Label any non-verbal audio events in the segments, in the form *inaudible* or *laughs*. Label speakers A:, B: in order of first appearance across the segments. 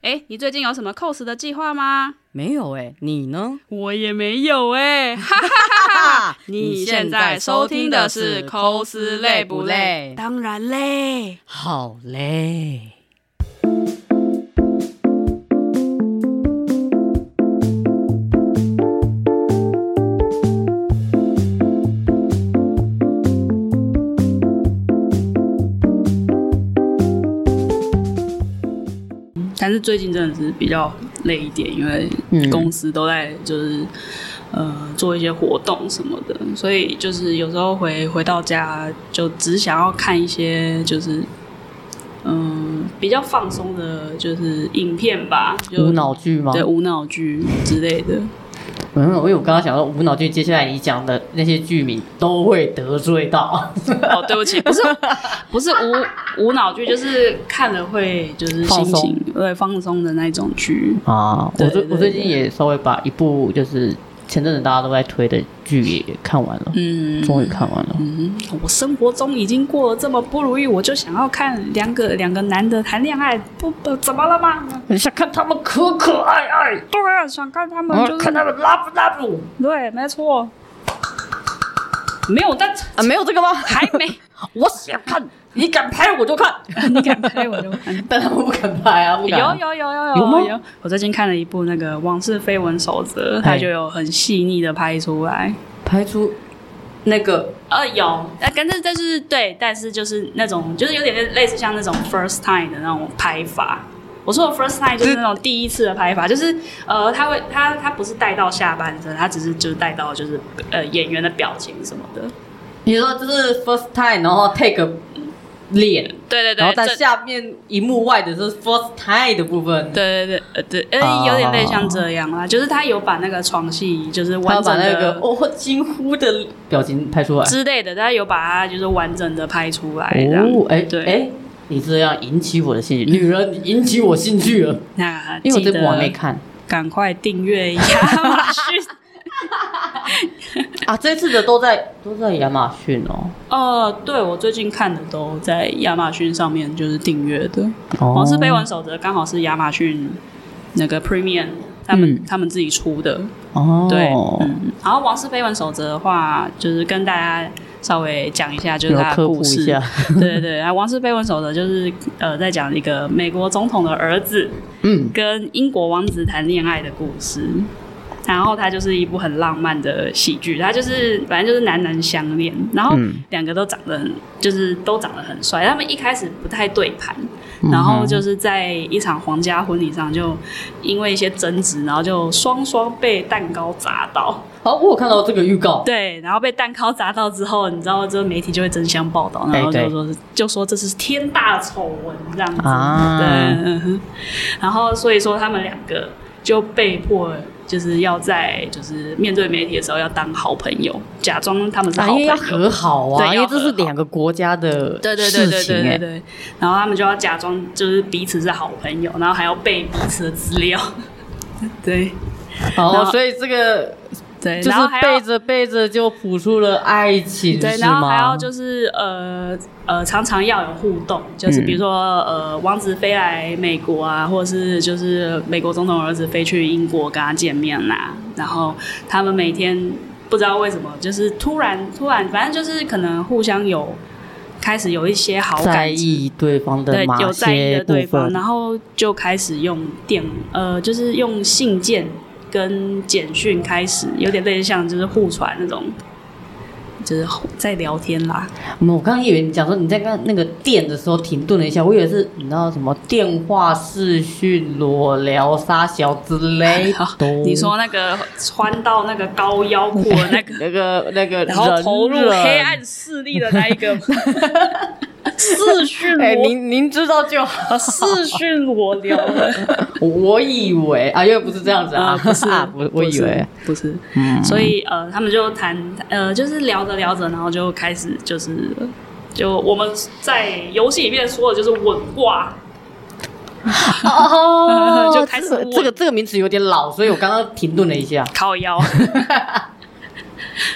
A: 哎，你最近有什么 cos 的计划吗？
B: 没有哎、你呢？
A: 我也没有 *laughs* 哎、哈哈哈哈！你现在收听的是 cos 累不累？当然累。
B: 好嘞。
A: 但是最近真的是比较累一点，因
B: 嗯
A: 为公司都在就是、呃做一些活动什么的，所以就是有时候回回到家就只想要看一些就是嗯、比较放松的，就是影片吧，就
B: 无脑剧吗？
A: 对无脑剧之类的。
B: 没有，因为我刚刚想到无脑剧，接下来你讲的那些剧名都会得罪到，
A: 哦，对不起，不是不是无无脑剧，就是看了会就是
B: 放
A: 心
B: 松
A: 情对放松的那种剧。
B: 啊！ *laughs* 我
A: 对
B: 最
A: 对
B: 我最近也稍微把一部就是前阵子大家都在推的剧也看完了，
A: 嗯，
B: 终于看完了。
A: 嗯，我生活中已经过得这么不如意，我就想要看两个两个男的谈恋爱，不不怎么了吗？
B: 很想看他们可可爱爱，
A: 对啊，想看他们
B: 然
A: 就
B: 后
A: 是、
B: 看他们拉不拉不
A: 对，没错，没有，但
B: 啊？没有这个吗？
A: 还
B: *laughs*
A: 没，
B: 我想看，你敢拍我就看，
A: *laughs* 你敢拍我就看。
B: *laughs* 但他们不敢拍啊，不
A: 有
B: 敢。
A: 有有有有
B: 有吗
A: 我最近看了一部那个《往事绯闻守则》，它
B: 哎
A: 就有很细腻的拍出来。
B: 拍出那个
A: 呃，有，呃，但是但是对，但是就是那种，就是有点类类似像那种 first time 的那种拍法。我说的 first time 就是那种第一次的拍法，就是呃，他会他他不是带到下半身，他只是就是带到就是呃演员的表情什么的。
B: 你说就是 first time，然后 take 脸，
A: 对对对，
B: 然后在
A: 这
B: 下面荧幕外的是 first time 的部分，
A: 对对对呃对，
B: 哦
A: 呃，有点类像这样啦，就是他有把那个床戏就是
B: 啊他要
A: 完
B: 把
A: 整
B: 那个
A: 的。
B: 哦惊呼的表情拍出来。
A: 之类的，他有把它就是完整的拍出来，这样
B: 哦，哎
A: 对
B: 哎，你这样引起我的兴趣，女人你引起我兴趣了，
A: 那
B: 因为我这
A: 记得
B: 部我还没看
A: 赶快订阅一下马逊
B: 啊，这次的都在都在亚马逊哦，
A: 呃，对我最近看的都在亚马逊上面就是订阅的，《
B: 哦
A: 皇室绯闻守则》刚好是亚马逊那个 Premium 他们、
B: 嗯
A: 他们自己出的，
B: 哦，
A: 对，嗯。然后《王室绯闻守则》的话，就是跟大家稍微讲一下，就是
B: 有
A: 它的
B: 科普
A: 故
B: 一
A: 事。
B: 下，
A: 对对对，啊，《王室绯闻守则》就是呃，在讲一个美国总统的儿子，
B: 嗯，
A: 跟英国王子谈恋爱的故事。然后它就是一部很浪漫的喜剧，它就是反正就是男男相恋，然后
B: 嗯
A: 两个都长得很，就是都长得很帅。他们一开始不太对盘，然后就是在一场皇家婚礼上就因为一些争执，然后就双双被蛋糕砸到。
B: 好，我有看到这个预告，
A: 对，然后被蛋糕砸到之后，你知道，这媒体就会争相报道，然后
B: 哎对
A: 就说就说这是天大丑闻这样子。
B: 啊
A: 对，嗯哼然后所以说他们两个就被迫就是要在就是面对媒体的时候要当好朋友，假装他们是
B: 啊，
A: 好朋
B: 因为
A: 友。
B: 要和好啊，
A: 对
B: 因为
A: 要
B: 这是
A: 和好
B: 两个国家的
A: 对对对
B: 事
A: 对
B: 情
A: 对对
B: 哎，
A: 对，然后他们就要假装就是彼此是好朋友，然后还要背彼此的资料， *laughs* 对然
B: 哦，
A: 后
B: 所以这个
A: 对，
B: 就
A: 然后
B: 是
A: 还要
B: 背着背着就谱出了爱情，
A: 对，
B: 是
A: 然后还
B: 吗
A: 要？就是呃呃，常常要有互动，就是
B: 嗯
A: 比如说、呃，王子飞来美国啊，或者是就是美国总统儿子飞去英国跟他见面啦、然后他们每天不知道为什么，就是突然突然，反正就是可能互相有开始有一些好
B: 在
A: 感之
B: 意对方的
A: 对，
B: 哪
A: 有在意
B: 些
A: 的
B: 部
A: 对方，
B: 分？
A: 然后就开始用电，呃，就是用信件跟简讯开始，有点类似像就是互传那种，就是在聊天啦。
B: 嗯我刚刚以为你讲说你在刚那个电的时候停顿了一下，我以为是你知道什么电话、视讯、裸聊、撒小之类
A: 好
B: 的。
A: 啊你说那个穿到那个高腰裤的
B: *laughs*
A: 那个，
B: 那个那个，
A: 然后投入黑。暗势力的那一个 *laughs*
B: *laughs*
A: 视讯
B: 哎，
A: 我
B: 您您知道就好。
A: 视讯裸聊的。
B: 我以为啊，因为不是这样子 *laughs* 啊，
A: 啊，不是
B: *laughs* 啊，我我
A: 不是
B: 以为，
A: 不是，
B: 嗯
A: 所以呃，他们就谈呃，就是聊着聊着，然后就开始就是就我们在游戏里面说的就是稳挂， *laughs*
B: 哦
A: 就开始
B: 这个
A: 问
B: 这个这个名词有点老，所以我刚刚停顿了一下。
A: 靠
B: *laughs*
A: 腰，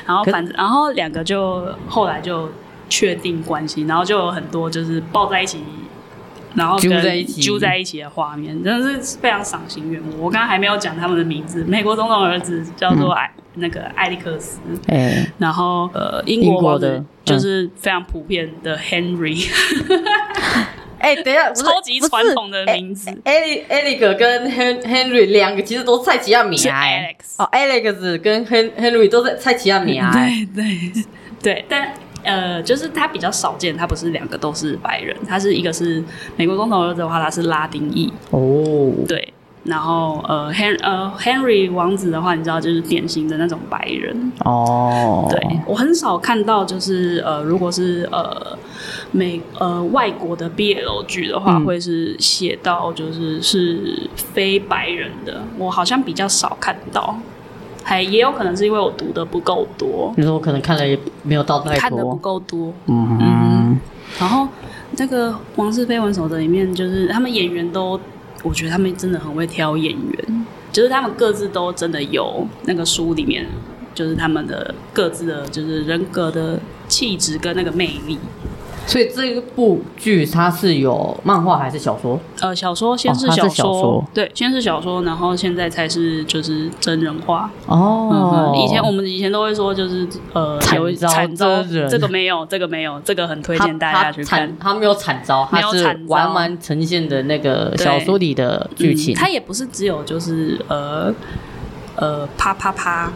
A: 然后反正然后两个就后来就确定关系，然后就有很多就是抱在一起。然后
B: 揪
A: 跟
B: 在一起
A: 揪在一起的画面，真的是非常赏心悦目。我刚刚还没有讲他们的名字，美国总统儿子叫
B: 嗯
A: 做艾、那个艾利克斯，
B: 哎，
A: 然后呃英
B: 英
A: 国
B: 国
A: 王子
B: 的嗯
A: 就是非常普遍的 Henry，、
B: 哎，等一下，不是
A: *laughs* 超级
B: 不是
A: 传统的名字。
B: 艾利艾利克跟 Hen Henry 两个其实都是蔡奇亚米
A: 是
B: 啊哎
A: Alex
B: 哦，Alex 跟 Hen Henry 都是蔡奇亚米啊哎
A: 对对 *laughs* 对，但呃，就是他比较少见，他不是两个都是白人，他是一个是美国总统儿子的话，他是拉丁裔，
B: 哦，
A: 对。然后呃，Hen 呃 Henry 王子的话，你知道就是典型的那种白人。
B: 哦，
A: 对、我很少看到，就是呃，如果是呃美呃外国的 BL 剧的话，
B: 嗯
A: 会是写到就是是非白人的，我好像比较少看到，还也有可能是因为我读的不够多，
B: 你说我可能看了也没有到太
A: 看的不
B: 多，
A: 够多。
B: 嗯，
A: 然后那个《王室绯闻守则》里面，就是他们演员都，我觉得他们真的很会挑演
B: 嗯
A: 员，就是他们各自都真的有那个书里面，就是他们的各自的就是人格的气质跟那个魅力。
B: 所以这部剧它是有漫画还是小说？
A: 呃，小说先
B: 哦
A: 是
B: 它是
A: 小
B: 小说
A: 对，先是小说，然后现在才是就是真人化。
B: 哦
A: 嗯，以前我们以前都会说就是呃，
B: 惨
A: 有
B: 遭
A: 惨遭
B: 真人
A: 这个没有，这个没有，这个很推
B: 他
A: 荐大家去看。
B: 他他没有惨遭，
A: 没
B: 他
A: 有
B: 是
A: 惨遭
B: 完完呈现的那个
A: 对
B: 小说里的剧
A: 嗯。
B: 情
A: 它也不是只有就是呃呃啪啪啪，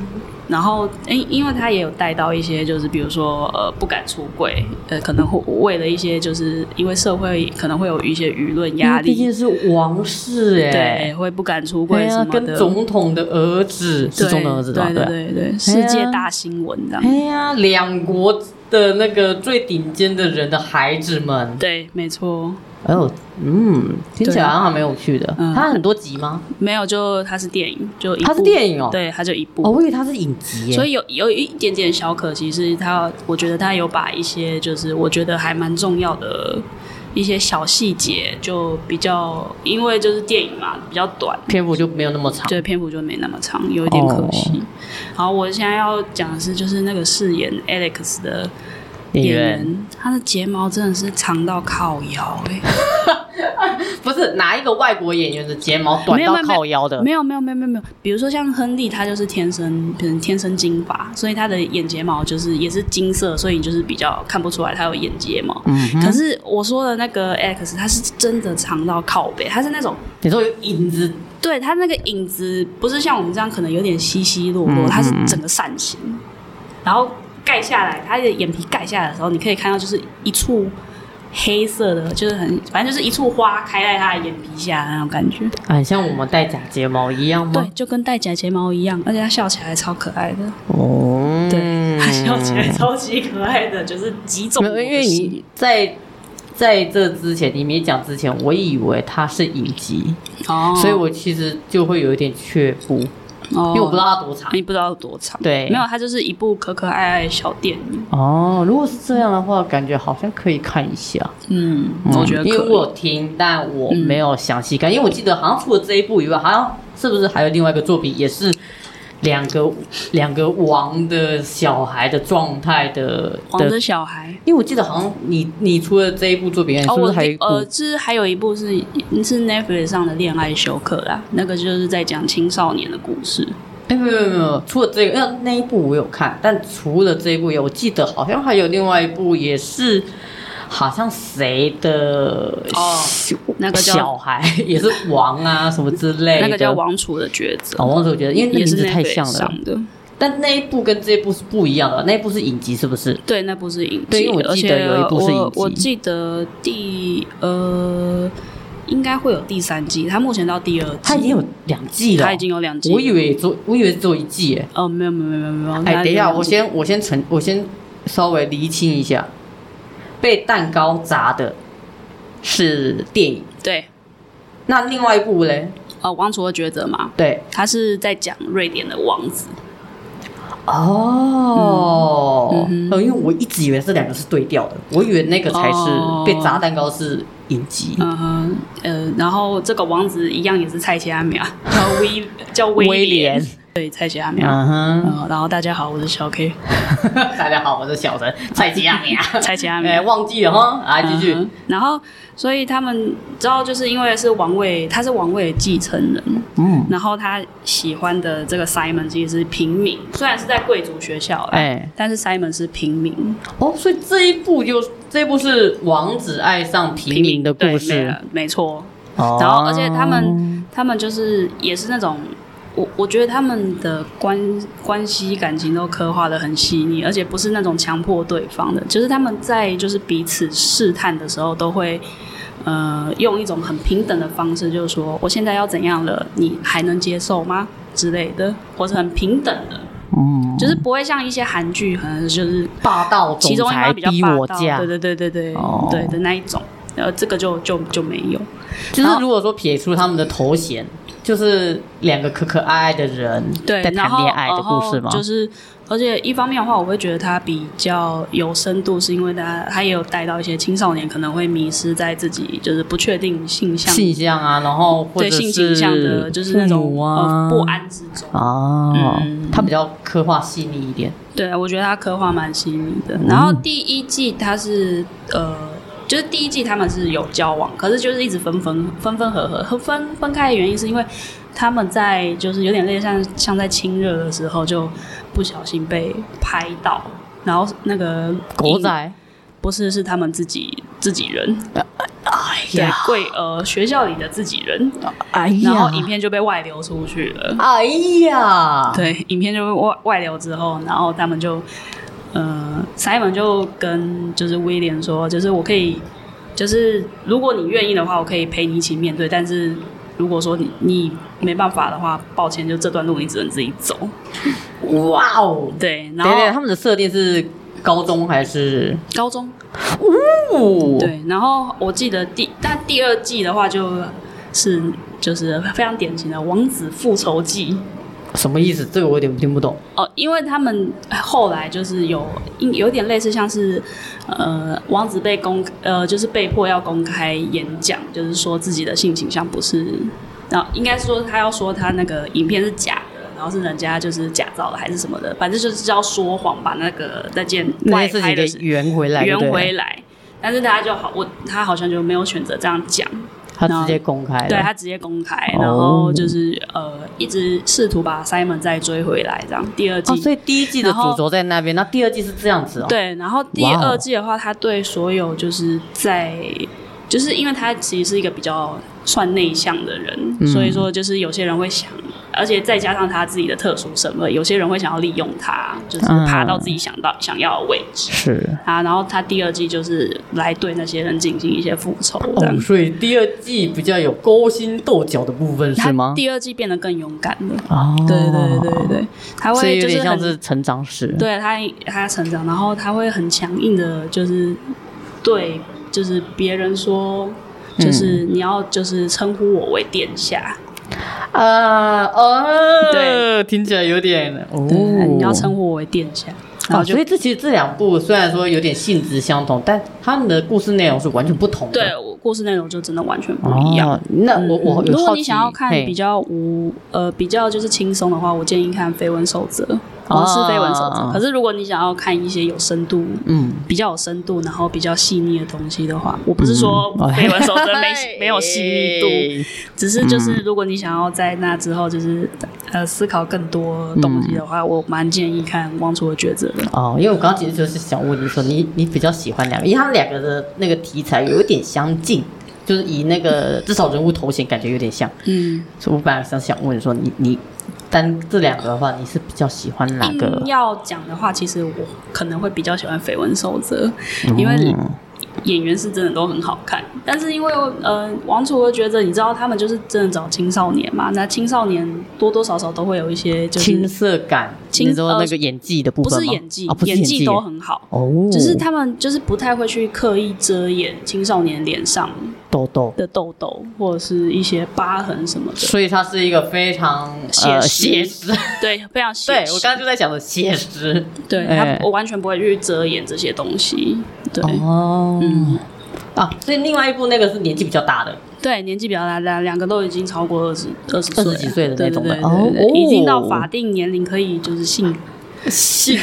A: 然后因因为它也有带到一些就是比如说呃不敢出柜，呃可能会为了一些就是因为社会可能会有一些舆论
B: 因
A: 压
B: 为毕
A: 力，
B: 竟是王室哎
A: 对，，啊会不敢出
B: 对
A: 柜什么
B: 呀，
A: 的，
B: 跟总统的儿子是
A: 对
B: 总统儿子吧？
A: 对
B: 对啊，
A: 对对，世界大新闻这样
B: 哎。呀，两国的那个最顶尖的人的孩子们，
A: 对，没错，
B: 哎呦，嗯，听起
A: 对
B: 来好像还蛮有趣的。
A: 嗯
B: 它很多集吗？
A: 没有就它是电影，就一
B: 它是
A: 部
B: 电影哦
A: 对，它就一部
B: 哦，。我以为它是影集耶。
A: 所以有有一点点小可惜是他，我觉得他有把一些就是我觉得还蛮重要的一些小细节，就比较因为就是电影嘛比较短，
B: 篇幅就没有那么长。
A: 就篇幅就没那么长，有一点可惜。然后我现在要讲的是，就是那个饰演 Alex 的
B: 演
A: 演
B: 员
A: 员，他的睫毛真的是长到靠腰哎、
B: 不是哪一个外国演员的睫毛短
A: 没有
B: 到
A: 没有
B: 靠腰的？
A: 没有没有没有没有没有，比如说像亨利，他就是天生可能天生金发，所以他的眼睫毛就是也是金色，所以你就是比较看不出来他有眼睫毛。
B: 嗯哼
A: 可是我说的那个 X，它是真的长到靠背，它是那种
B: 你说有影子
A: 对它那个影子不是像我们这样可能有点稀稀落
B: 嗯
A: 落，
B: 嗯
A: 它是整个扇形，然后盖下来，它的眼皮盖下来的时候，你可以看到就是一处黑色的，就是很反正就是一处花开在它的眼皮下的那种感觉，
B: 很像我们戴假睫毛一样
A: 对
B: 吗？，
A: 就跟戴假睫毛一样，而且它笑起来超可爱的，嗯
B: 哦，
A: 对，它笑起来超级可爱的，就是击中
B: 没
A: 我
B: 有，因
A: 的
B: 为
A: 心。
B: 你在在这之前，你没讲之前，我以为它是影集，
A: 哦
B: 所以我其实就会有一点却步，
A: 哦
B: 因为我不知道它多长。
A: 你不知道有多长。
B: 对
A: 没有，它就是一部可可爱爱的小电影。
B: 哦，如果是这样的话，感觉好像可以看一下。
A: 嗯，我觉得
B: 因为
A: 可以。
B: 我有听，但我没有详细看，因为我记得好像除了这一部以外，好像是不是还有另外一个作品也是两个两个王的小孩的状态的
A: 王
B: 的
A: 的。小孩。
B: 因为我记得好像你你除了这一部作品以外，
A: 哦，
B: 是不
A: 我
B: 是还有一
A: 记
B: 部？
A: 呃，就是还有一部是是 Netflix 上的《恋爱休克》啦，那个就是在讲青少年的故事。
B: 哎、没有没有没有，除了这个，那那一部我有看，但除了这一部以外，我记得好像还有另外一部也是，好像谁的
A: 哦
B: 小
A: 那个叫
B: 小孩也是王啊什么之类的，
A: 那个叫《王储的抉择
B: 哦，》，王子，我觉得因为那
A: 也
B: 名
A: 是
B: 字太
A: Netflix
B: 像了啦，
A: 上的。
B: 但那一部跟这一部是不一样的，那一部是影集是不是？
A: 对，那部是影集，
B: 对因为我
A: 而
B: 记
A: 且
B: 得有一部是影集
A: 我我记得第呃，应该会有第三季，它目前到第二季，
B: 它已经有两季了，
A: 它已经有两季了。
B: 我以为只有我以为只有一季耶。
A: 哦，没有没有没有没有没有，
B: 哎，
A: 它
B: 等一下，
A: 有两
B: 我
A: 季
B: 先我先澄，我先稍微厘清一下，被蛋糕砸的是电影，
A: 对
B: 那另外一部嘞？
A: 呃，王储的抉择嘛，
B: 对，
A: 他是在讲瑞典的王子。
B: 哦，
A: 嗯嗯哼
B: 呃因为我一直以为这两个是对调的，我以为那个才是
A: 哦
B: 被砸蛋糕是影集，
A: 嗯哼，
B: *laughs*
A: 呃，然后这个王子一样也是蔡奇阿米啊，叫威叫
B: 威
A: 廉
B: 廉。
A: 对，蔡奇阿苗。
B: 嗯哼，
A: 嗯，然后大家好，我是小 K，
B: *laughs* 大家好，我是小陈蔡吉亚 *laughs* 米啊，
A: 蔡奇阿苗
B: 哎，。忘记了哈，来继续
A: 嗯哼，然后，所以他们知道，就是因为是王位，他是王位的继承人，
B: 嗯，
A: 然后他喜欢的这个 Simon 其实是平民，虽然是在贵族学校啦，
B: 哎，
A: 但是 Simon 是平民，
B: 哦，所以这一部就这一部是王子爱上平民的故
A: 对没
B: 事，
A: 了没错。
B: 哦
A: 然后，而且他们他们就是也是那种，我我觉得他们的关关系感情都刻画的很细腻，而且不是那种强迫对方的，就是他们在就是彼此试探的时候都会。呃，用一种很平等的方式，就是说，我现在要怎样了，你还能接受吗？之类的，或是很平等的，
B: 嗯，
A: 就是不会像一些韩剧，可能就是
B: 霸道总
A: 其中一
B: 裁
A: 方比较
B: 逼
A: 霸
B: 我
A: 道
B: 嫁
A: 对，对对对对，
B: 哦
A: 对的那一种，呃，这个就就就没有，
B: 就是如果说撇出他们的头衔，就是两个可可爱爱的人
A: 对，
B: 在
A: 然
B: 谈
A: 后
B: 恋爱的故事
A: 然
B: 吗
A: 后？就是，而且一方面的话，我会觉得它比较有深度，是因为它它也有带到一些青少年可能会迷失在自己就是不确定性向
B: 性向啊，然后或者
A: 对
B: 是
A: 性倾向的，就是那
B: 父
A: 种、
B: 母啊
A: 呃、不安之中。
B: 哦
A: 嗯，
B: 他比较刻画细腻一点，
A: 对，我觉得它刻画蛮细腻的。
B: 嗯
A: 然后第一季它是呃，就是第一季他们是有交往，可是就是一直分分分分合合，和分分开的原因是因为他们在就是有点类似像像在亲热的时候就不小心被拍到，然后那个
B: 狗仔
A: 不是是他们自己自己人，
B: 哎
A: 对，，贵呃学校里的自己人，
B: 哎
A: 然后影片就被外流出去了。
B: 哎呀，
A: 对，影片就外外流之后，然后他们就，呃，Simon 就跟就是 William 说，就是我可以，就是如果你愿意的话，我可以陪你一起面对，但是如果说你你没办法的话，抱歉，就这段路你只能自己走。
B: 哇哦！
A: 对，然
B: 等等，
A: 后
B: 他们的设定是高中还是？
A: 高中
B: 哦，
A: 对，然后我记得第但第二季的话就是就是非常典型的王子复仇记。
B: 什么意思？这个我有点听不懂。
A: 哦，因为他们后来就是有应有点类似像是，呃，王子被公呃就是被迫要公开演讲，就是说自己的性倾向不是，然后应该是说他要说他那个影片是假的，然后是人家就是假造的还是什么的，反正就是要说谎把那个那件
B: 那
A: 外
B: 件事
A: 拍
B: 情
A: 的
B: 给
A: 事
B: 圆回来，
A: 圆
B: 对不对
A: 回来，但是他就好我他好像就没有选择这样讲，
B: 他直接公开了。
A: 对他直接公开，
B: 哦
A: 然后就是呃一直试图把 Simon 再追回来，这样第二季。
B: 哦，所以第一季的
A: 然后
B: 主轴在那边，那第二季是这样子哦。，
A: 对，然后第
B: 哇哦
A: 二季的话，他对所有就是在，就是因为他其实是一个比较算内向的人，
B: 嗯
A: 所以说就是有些人会想，而且再加上他自己的特殊身份，有些人会想要利用他，就是爬到自己想到、想要的位置
B: 是。
A: 啊。然后他第二季就是来对那些人进行一些复仇，这样
B: 哦，。所以第二季比较有勾心斗角的部分是
A: 他
B: 吗？
A: 第二季变得更勇敢了，
B: 哦，
A: 对对对对，对，他
B: 所
A: 会
B: 以有
A: 就是
B: 点像
A: 很
B: 是成长史。，
A: 对他，他成长，然后他会很强硬的，就是对，就是别人说，就是
B: 嗯
A: 你要就是称呼我为殿下，
B: 哦啊哦，
A: 对，
B: 听起来有点哦，
A: 对，你要称呼我为殿下，然
B: 啊，
A: 后就、
B: 所以这其实这两部虽然说有点性质相同，但他们的故事内容是完全不同的。
A: 对我故事内容就真的完全不一样。嗯
B: 哦、那我我有
A: 如
B: 好
A: 果
B: 奇
A: 你想要看
B: 嘿
A: 比较无呃比较就是轻松的话，我建议看《绯闻守则》，王室绯闻守则
B: 啊》。
A: 可是如果你想要看一些有深度、
B: 嗯，
A: 比较有深度，然后比较细腻的东西的话，我不是说
B: 嗯
A: 《绯闻守则》
B: *laughs*
A: 没没有细腻度，只是
B: 嗯
A: 就是，如果你想要在那之后就是呃思考更多东西的话，
B: 嗯
A: 我蛮建议看《汪楚的抉择》的。
B: 哦，因为我刚刚其实就是想问你说，你你比较喜欢两个，因为他们两个的那个题材有一点相近，就是以那个至少人物头衔感觉有点像，
A: 嗯，
B: 所以我本来想想问说你你单这两个的话，你是比较喜欢哪个
A: 硬？要讲的话，其实我可能会比较喜欢《绯闻守则》，因为
B: 嗯
A: 演员是真的都很好看。但是因为呃，王楚的抉择，你知道他们就是真的找青少年嘛，那青少年多多少少都会有一些就
B: 青
A: 是
B: 涩感，
A: 青
B: 你说那
A: 呃
B: 个演技的部
A: 不
B: 分吗
A: 是演技，
B: 啊不是
A: 演技
B: 技
A: 都很好。
B: 哦，
A: 只是他们就是不太会去刻意遮掩青少年脸上
B: 痘痘，
A: 的痘痘或者是一些疤痕什么的。
B: 所以它是一个非常
A: 写
B: 呃写
A: 实
B: 实。
A: 对，非常写
B: 对
A: 实。
B: 我刚刚就在想着写实，
A: 对
B: 哎
A: 他，我完全不会去遮掩这些东西。对，
B: 哦，
A: 嗯
B: 啊，所以另外一部那个是年纪比较大的，
A: 对，年纪比较大，两两个都已经超过二十二十岁了
B: 二十几岁的那种的
A: 对对对对对
B: 哦
A: 已经到法定年龄可以就是性，
B: 是，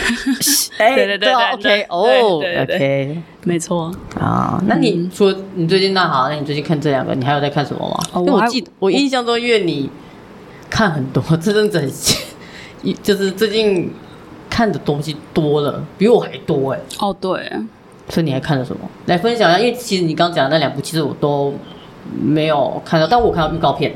A: 哎
B: 对
A: 对
B: 啊
A: 对
B: ，OK，哦
A: 对对嗯对
B: ，OK，
A: *laughs* 没错。
B: 啊，那你除了你最近那好，那你最近看这两个，你还有在看什么吗？
A: 哦
B: 因为
A: 我
B: 我
A: 还
B: 记我印象中，因为你看很多， *laughs* 这阵子很就是最近看的东西多了，比我还多哎、
A: 哦，对，
B: 所以你还看了什么？来分享一下，因为其实你刚讲的那两部，其实我都没有看到，但我有看到预告片，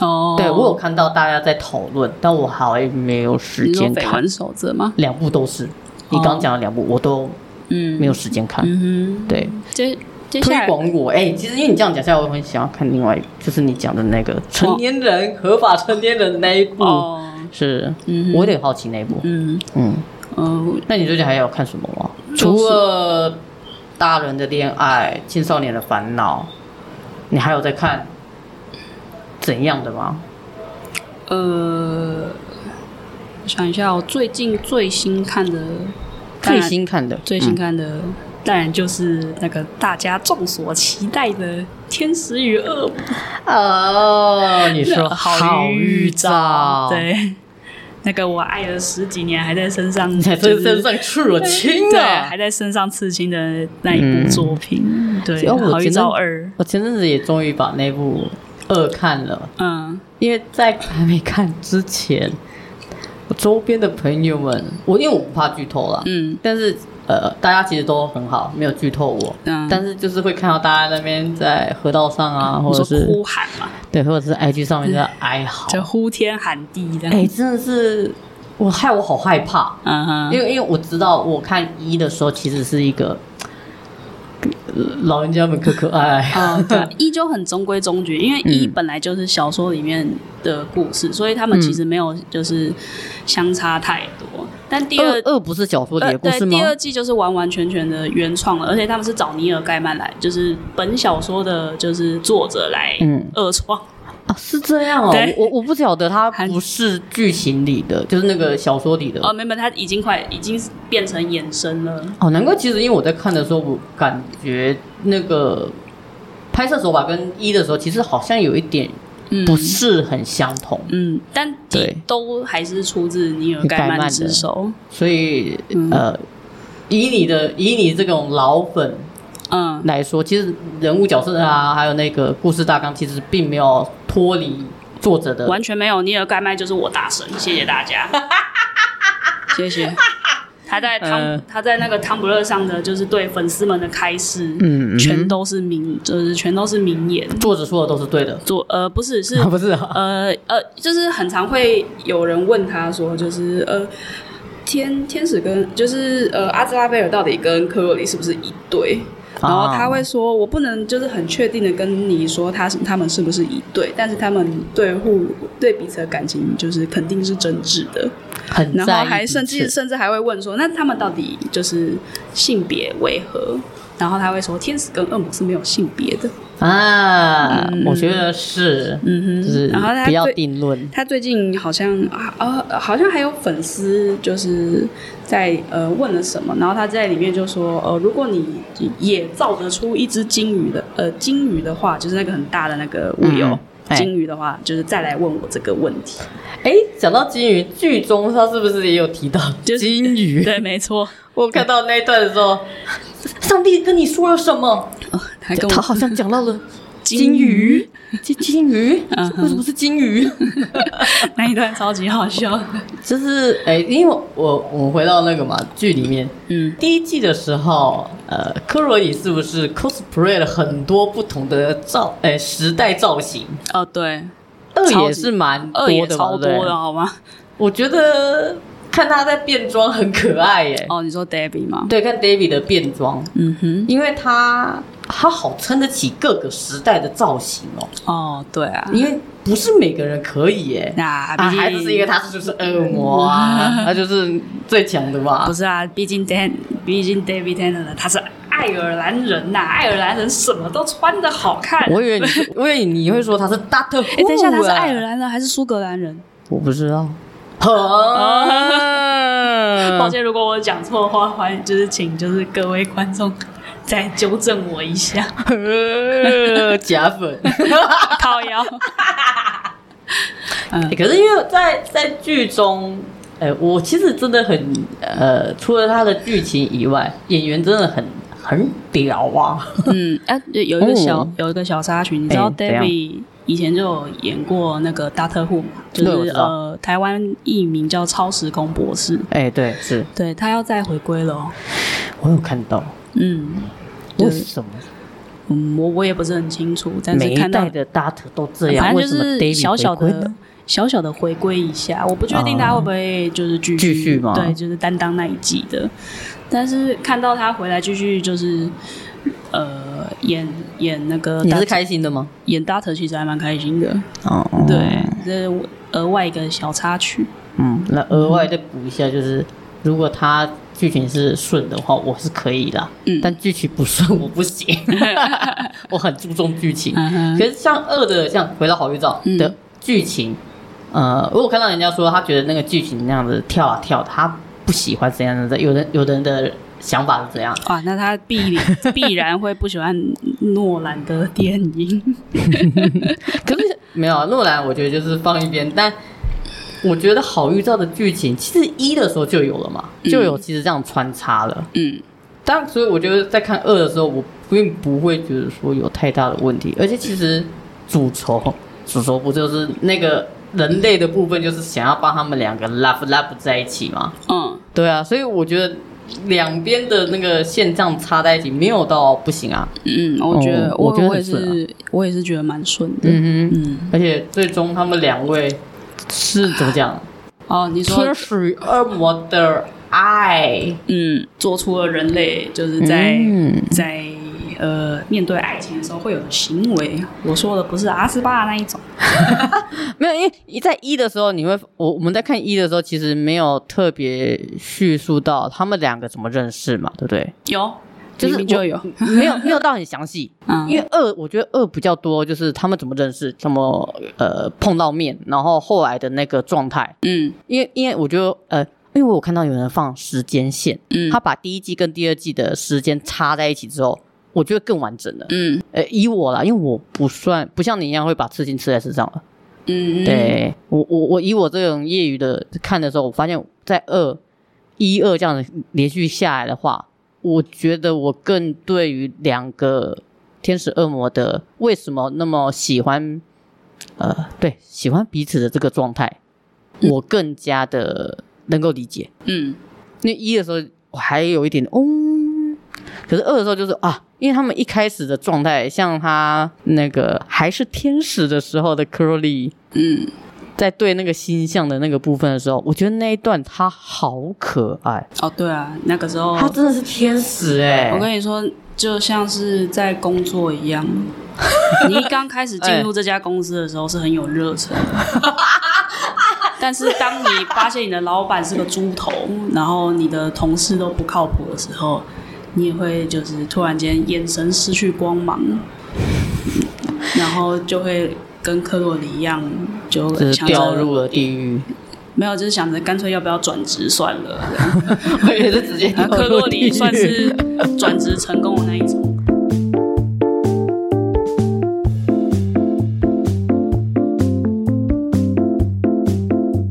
A: 哦，
B: 对我有看到大家在讨论，但我还没有时
A: 你说
B: 间
A: 绯
B: 看。
A: 闻守则吗？
B: 两部都是，你刚讲的两部我都
A: 嗯，
B: 没有时间看。
A: 嗯哼，
B: 对，
A: 接接
B: 推
A: 下来
B: 广我哎、其实因为你这样讲下来，我很想要看另外一就是你讲的那个成年人、合法成年人那一部，
A: 哦，
B: 是、
A: 嗯
B: 我有点好奇那一部。
A: 嗯
B: 嗯，
A: 嗯，
B: 那你最近还有看什么吗？
A: 就是
B: 除了大人的恋爱、青少年的烦恼，你还有在看怎样的吗？
A: 呃，我想一下，我最近最新看的，当
B: 最
A: 然
B: 新看的，嗯
A: 最新看的，当然就是那个大家众所期待的《天使与恶魔
B: 嗯哦，你说预兆，，
A: 对， *laughs* 那个我爱了十几年，还在身上，
B: 你才
A: 就
B: 真
A: 是
B: 正上去了亲
A: 对，
B: 啊
A: 还！在身上刺青的那一部作品，对，
B: 哦我
A: 好预
B: 前
A: 兆
B: 阵
A: 二，
B: 我前阵子也终于把那部二看了，
A: 嗯，
B: 因为在还没看之前，我周边的朋友们，我因为我不怕剧透啦，
A: 嗯，
B: 但是呃，大家其实都很好，没有剧透我。
A: 嗯
B: 但是就是会看到大家那边在河道上啊，或
A: 我
B: 者
A: 说
B: 是
A: 呼喊嘛，
B: 对，或者是 IG 上面在哀嚎。
A: 就呼天喊地这样，
B: 哎，真的是我害我好害怕，
A: 嗯哼，
B: 因为因为我知道我看一的时候其实是一个呃老人家们可可爱
A: *laughs*
B: 爱，
A: 哦，对，
B: *laughs*
A: 依旧很中规中矩，因
B: 嗯
A: 为一本来就是小说里面的故事，所以他
B: 嗯
A: 们其实没有就是相差太多。但第二
B: 二。二不是小说里
A: 呃
B: 的故
A: 对
B: 事，吗
A: 第？二季就是完完全全的原创了，而且他们是找尼尔盖曼来，就是本小说的，就是作者来
B: 嗯
A: 二创。
B: 啊，是这样哦
A: 对，
B: 我我不晓得它不是剧情里的，就是那个小说里的。
A: 哦，没有，没有他已经快已经变成衍生了。
B: 哦，难怪其实因为我在看的时候，我感觉那个拍摄手法跟一的时候，其实好像有一点
A: 嗯
B: 不是很相同，
A: 嗯，但
B: 对
A: 都还是出自尼尔盖
B: 盖曼
A: 曼
B: 的
A: 之手。
B: 所以、
A: 嗯
B: 呃，以你的以你这种老粉
A: 嗯，
B: 来说，其实人物角色啊，还有那个故事大纲，其实并没有脱离作者的。
A: 完全没有，尼尔盖曼就是我大神，谢谢大
B: *laughs*
A: 家，谢谢。他在汤、
B: 呃
A: 他在那个汤姆勒上的就是对粉丝们的开示，
B: 嗯嗯
A: 全都是名，就是全都是名言。
B: 作者说的都是对的，
A: 做呃不是是
B: *laughs* 不是啊？
A: 呃呃，就是很常会有人问他说，就是呃。天天使跟就是呃阿兹拉贝尔到底跟科洛里是不是一对？
B: 啊
A: 然后他会说，我不能就是很确定的跟你说他是他们是不是一对，但是他们对互对彼此的感情就是肯定是真挚的。
B: 很
A: 然
B: 在
A: 后
B: 意
A: 还
B: 彼
A: 甚至
B: 此
A: 甚至还会问说，那他们到底就是性别为何？然后他会说，天使跟恶魔是没有性别的。
B: 啊，我觉得是，
A: 嗯
B: 就是
A: 哼，然后他
B: 不要
A: 最
B: 定论。
A: 他最近好像啊呃，好像还有粉丝就是在呃问了什么，然后他在里面就说呃，如果你也造得出一只金鱼的呃金鱼的话，就是那个很大的那个物流。
B: 嗯哎
A: 金鱼的话，就是再来问我这个问
B: *laughs*
A: 题。
B: 哎，讲到金鱼，剧中他是不是也有提到
A: *laughs* 就是
B: 金鱼？
A: 对，没错。
B: 我看到那一段的时候， *laughs* 上帝跟你说了什么？
A: 还跟
B: 他
A: 我
B: 好像讲到了
A: *laughs* 金
B: 金鱼，金金鱼
A: *laughs* 嗯，哼
B: 为什么是
A: *laughs*
B: 金鱼？
A: 那一段超级好
B: *laughs*
A: 笑。
B: 就是哎，因为我我们回到那个嘛剧里面，
A: 嗯，
B: 第一季的时候，呃，科罗里是不是 cosplay 了很多不同的造哎时代造型？
A: 哦，对，
B: 二
A: 超
B: 也
A: 级
B: 是蛮多
A: 二也
B: 的嘛，
A: 超
B: 对不
A: 多
B: 对
A: 的好吗？
B: 我觉得看他在变装很可爱耶。
A: 哦，你说 Debbie 吗？
B: 对，看 David 的变装，
A: 嗯哼，
B: 因为他他好撑得起各个时代的造型哦，
A: 哦，对啊，
B: 因为不是每个人可以耶。
A: 那
B: 啊，还是是因为他就是恶魔啊，他就是最强的嘛
A: 不。是啊，毕竟 Dan，毕竟 David Tennant 他是爱尔兰人呐、爱尔兰人什么都穿的好看。
B: 我啊以为你，我以为你会说他是大特务。
A: *laughs* 哎，等一下，他是爱尔，兰人还是苏格兰人？
B: 我不知道。啊
A: *laughs*
B: 嗯
A: 抱歉，如果我讲错的话，欢迎就是请就是各位观众 *laughs* 再纠正我一
B: *laughs*
A: 下，
B: 假粉。
A: 靠
B: *laughs*
A: 腰。嗯
B: 欸可是因为在在剧中，哎、我其实真的很呃，除了他的剧情以外，演员真的很很屌啊！
A: 嗯，啊，有有一个小、
B: 哦
A: 有一个小插曲，你知道
B: 哎怎样
A: David 以前就有演过那个《大特护》嘛，就
B: 对我
A: 是
B: 知道
A: 呃台湾译名叫《超时空博士》，
B: *laughs* 哎、对，是
A: 对他要再回归了哦。
B: 我有看到，
A: 嗯
B: 为什么
A: 嗯，我我也不是很清楚，但
B: 每
A: 是
B: 一
A: 看到
B: 代的大特都这样？
A: 反
B: 为
A: 正就
B: 什么
A: 是
B: David
A: 小小
B: 回归
A: 的
B: 呢。哦
A: 小小的回归一下，我不确定他会不会就是继续
B: 继续吗
A: 对，就是担当那一季的。但是看到他回来继续就是，呃，演演那个
B: 你是
A: Dart-
B: 开心的吗？
A: 演 d a t 其实还蛮开心的，
B: 哦，
A: 对，这是我额外一个小插曲。
B: 嗯，那额外再补一下，就是如果他剧情是顺的话，我是可以啦。
A: 嗯
B: 但剧情不顺，我不 *laughs* 行。我很注重剧情。
A: 嗯哼
B: 可是像二的，像回到好预兆
A: 嗯
B: 的剧情，呃，我有看到人家说他觉得那个剧情那样子跳啊跳的，他不喜欢怎样的。有人有的人的想法是怎样？
A: 哇，那他必 *laughs* 必然会不喜欢诺兰的电影。 *laughs*
B: 可是没有啊诺兰，我觉得就是放一边，但。我觉得好预兆的剧情，其实一的时候就有了嘛，就有其实这样穿插了。
A: 嗯
B: 当所以我觉得在看二的时候，我并不会觉得说有太大的问题，而且其实主轴主轴不就是那个人类的部分，就是想要帮他们两个 love love 在一起嘛？
A: 嗯
B: 对啊，所以我觉得两边的那个线这样插在一起，没有到不行啊。
A: 嗯，我觉得、
B: 哦
A: 我
B: 我觉得
A: 也
B: 很顺啊
A: 是我也是觉得蛮顺的。
B: 嗯哼，
A: 嗯，
B: 而且最终他们两位是怎么讲？
A: 哦，你说
B: 天使与恶魔呃的爱，
A: 嗯，做出了人类就是在、
B: 嗯
A: 在呃面对爱情的时候会有的行为。我说的不是阿斯巴的那一种，
B: 没有，因为一在一的时候，你会我我们在看一的时候，其实没有特别叙述到他们两个怎么认识嘛，对不对？
A: 有，
B: 就是
A: 明明就有，
B: *laughs* 没有没有到很详细，
A: 嗯
B: 因为二我觉得二比较多，就是他们怎么认识，怎么呃碰到面，然后后来的那个状态。
A: 嗯
B: 因为因为我觉得呃，因为我有看到有人放时间线，
A: 嗯
B: 他把第一季跟第二季的时间插在一起之后，我觉得更完整了。
A: 嗯
B: 呃，以我啦，因为我不算不像你一样会把事情吃在身上了。
A: 嗯，
B: 对我我我以我这种业余的看的时候，我发现在二一二这样子连续下来的话，我觉得我更对于两个天使恶魔的为什么那么喜欢，呃，对，喜欢彼此的这个状态，我更加的能够理解。
A: 嗯
B: 因为一的时候我还有一点哦，可是二的时候就是啊，因为他们一开始的状态，像他那个还是天使的时候的 Curly。
A: 嗯，
B: 在对那个星象的那个部分的时候，我觉得那一段他好可爱，
A: 哦对啊，那个时候
B: 他真的是天使哎、
A: 我跟你说，就像是在工作一
B: *laughs*
A: 样。你一刚开始进入这家公司的时候是很有热
B: *laughs*
A: 忱的，但是当你发现你的老板是个猪头，然后你的同事都不靠谱的时候，你也会就是突然间眼神失去光芒，然后就会跟克洛里一样，就
B: 就是
A: 想
B: 掉
A: 着
B: 入了地狱，
A: 没有，就是想着干脆要不要转职算了。这样
B: 我也是直接掉
A: 啊，克
B: 入
A: 洛
B: 地狱。
A: 里算
B: *laughs*
A: 是转职成功的那一种。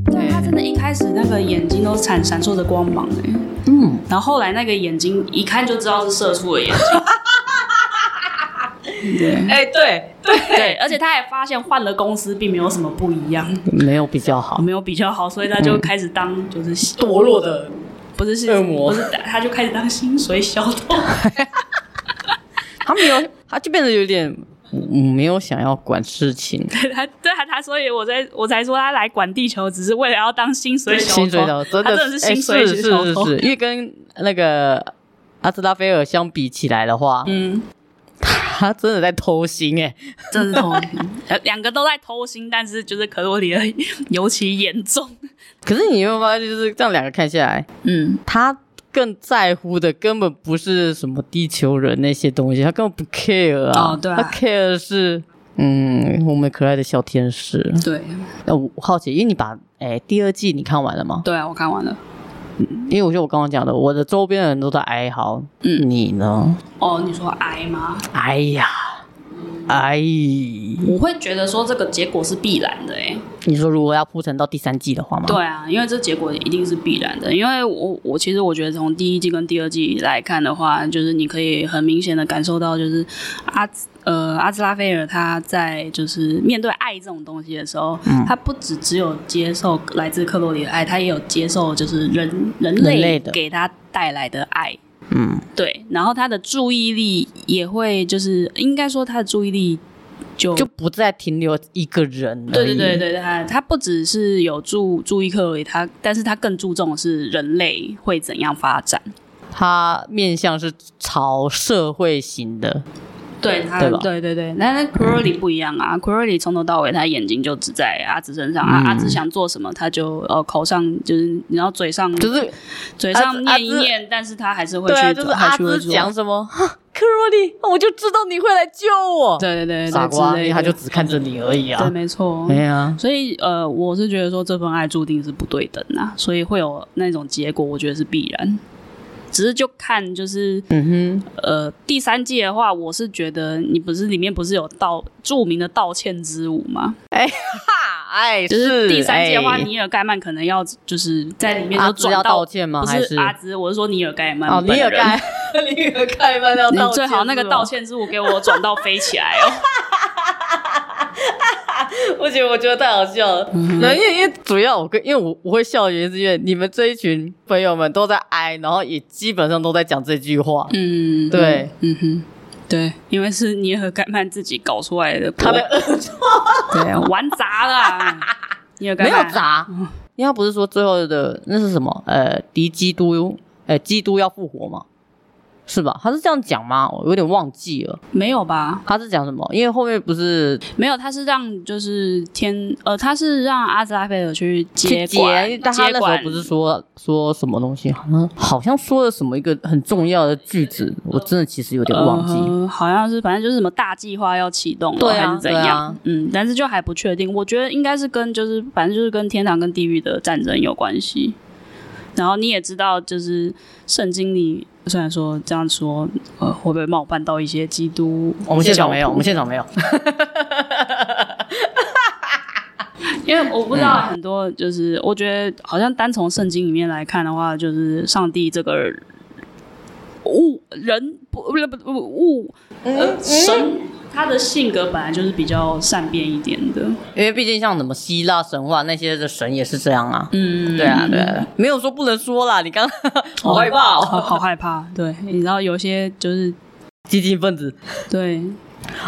A: 对他真的一开始那个眼睛都闪闪烁着光芒哎、
B: 嗯，
A: 然后后来那个眼睛一看就知道是射出的眼 *laughs* 睛。对
B: 哎、对
A: 对，而且他还发现换了公司并没有什么不一样，
B: 没有比较好，
A: 没有比较好，所以他就开始当就是
B: 嗯堕落的
A: 不是是
B: 恶嗯魔
A: 不是他就开始当薪水小偷。
B: 他没有，他就变得有点嗯没有想要管事情，
A: 他 *laughs* 对啊，他所以我在我才说他来管地球，只是为了要当薪水小偷。
B: 薪水小偷真
A: 他
B: 的
A: 真的是薪
B: 哎
A: 水
B: 是
A: 小
B: 是
A: 偷。
B: 是是，因为跟那个阿斯拉菲尔相比起来的话，
A: 嗯，
B: *laughs* 他真的在偷腥哎、
A: 这是偷心，呃 *laughs* 两个都在偷心，但是就是可洛里的尤其严重。
B: 可是你有没有发现，就是这样两个看下来，
A: 嗯，
B: 他更在乎的根本不是什么地球人那些东西，他根本不 care 啊。
A: 哦对啊
B: 他 care 的是嗯，我们可爱的小天使。
A: 对
B: 那我我好奇，因为你把哎第二季你看完了吗？
A: 对啊，我看完了。
B: 因为我觉得我刚刚讲的，我的周边的人都在哀嚎，
A: 嗯
B: 你呢？
A: 哦，你说癌吗？
B: 哎呀，哎，
A: 我会觉得说这个结果是必然的哎、
B: 你说如果要铺陈到第三季的话吗？，
A: 对啊，因为这结果一定是必然的。因为我我其实我觉得从第一季跟第二季来看的话，就是你可以很明显的感受到，就是阿兹呃阿兹拉菲尔他在就是面对爱这种东西的时候，
B: 嗯
A: 他不只只有接受来自克洛里的爱，他也有接受就是人人
B: 人
A: 类
B: 类的
A: 给他带来的爱。
B: 嗯，
A: 对，然后他的注意力也会就是应该说他的注意力就
B: 就不再停留一个人而已。
A: 对对对对，他他不只是有注注意克洛伊，他但是他更注重的是人类会怎样发展。
B: 他面向是朝社会型的，
A: 对，他
B: 对吧
A: 对对对，但是 c u r l y 不一样啊 c u r l y 从头到尾他眼睛就只在阿紫身上，啊，阿紫想做什么他就呃口上就是你要嘴上
B: 就是
A: 嘴
B: 阿
A: 上
B: 紫
A: 念一
B: 阿紫
A: 念，但是他还是会
B: 对啊，
A: 去
B: 就
A: 做，
B: 是阿
A: 还是会
B: 芝
A: 做。
B: 讲什么，哈克洛里，我就知道你会来救我，
A: 对对对
B: 傻
A: 对，
B: 瓜，
A: 之
B: 因
A: 类
B: 为
A: 的
B: 他就只看着你而已
A: 对，
B: 啊。
A: 没错。
B: 对啊，
A: 所以，呃，我是觉得说这份爱注定是不对等啊，所以会有那种结果，我觉得是必然。只是就看就是
B: 嗯哼，
A: 呃，第三季的话，我是觉得你不是里面不是有道著名的道歉之舞吗？
B: 哈，哎，
A: 就是第三季的话，
B: 哎
A: 尼尔盖曼可能要就是在里面
B: 阿
A: 就
B: 芝
A: 转
B: 要
A: 到
B: 道，歉吗？
A: 不
B: 还
A: 是阿兹，我是说尼尔盖 *laughs* 曼
B: 哦，尼尔
A: 本人
B: 盖，尼尔盖曼要
A: 你
B: *laughs* 道歉，
A: 最好那个
B: 是吗
A: 道。歉之舞给我转到飞起来
B: *laughs*
A: 哦。
B: 我觉得我觉得太好笑了，
A: 嗯
B: 那、因为因为主要我跟因为我我会笑，原因是因为你们这一群朋友们都在哀，然后也基本上都在讲这句话，
A: 嗯，
B: 对，
A: 嗯哼。对，因为是尼尔盖曼自己搞出来的锅，
B: 他呃被 *laughs*
A: 对玩砸了啊，尼尔盖
B: 没有
A: 曼
B: 砸，
A: 嗯
B: 因为他不是说最后的那是什么？呃，敌基督，呃，基督要复活嘛，是吧？他是这样讲吗？我有点忘记了，
A: 没有吧？
B: 他是讲什么？因为后面不是
A: 没有，他是让就是天呃，他是让阿兹拉菲尔去接
B: 去
A: 管，
B: 但他那
A: 接
B: 时候
A: 管
B: 不是说说什么东西，好像好像说了什么一个很重要的句子，我真的其实有点忘记。
A: 呃，好像是反正就是什么大计划要启动了，
B: 对啊
A: 还是怎
B: 对
A: 样？
B: 啊
A: 嗯，但是就还不确定。我觉得应该是跟就是反正就是跟天堂跟地狱的战争有关系。然后你也知道，就是圣经里虽然说这样说，呃，会不会冒犯到一些基督？
B: 我们现场没有，我们现场没有。
A: 因为我不知道很多，就是我觉得好像单从圣经里面来看的话，就是上帝这个物人不不不不物
B: 嗯
A: 呃神，他的性格本来就是比较善变一点的，
B: 因为毕竟像什么希腊神话那些的神也是这样啊。
A: 嗯
B: 对啊，对啊，对啊没有说不能说啦。你刚 *laughs* 好害怕、
A: 好
B: 哦，
A: 好害怕，对，你知道有些就是
B: *laughs* 激进分子。
A: 对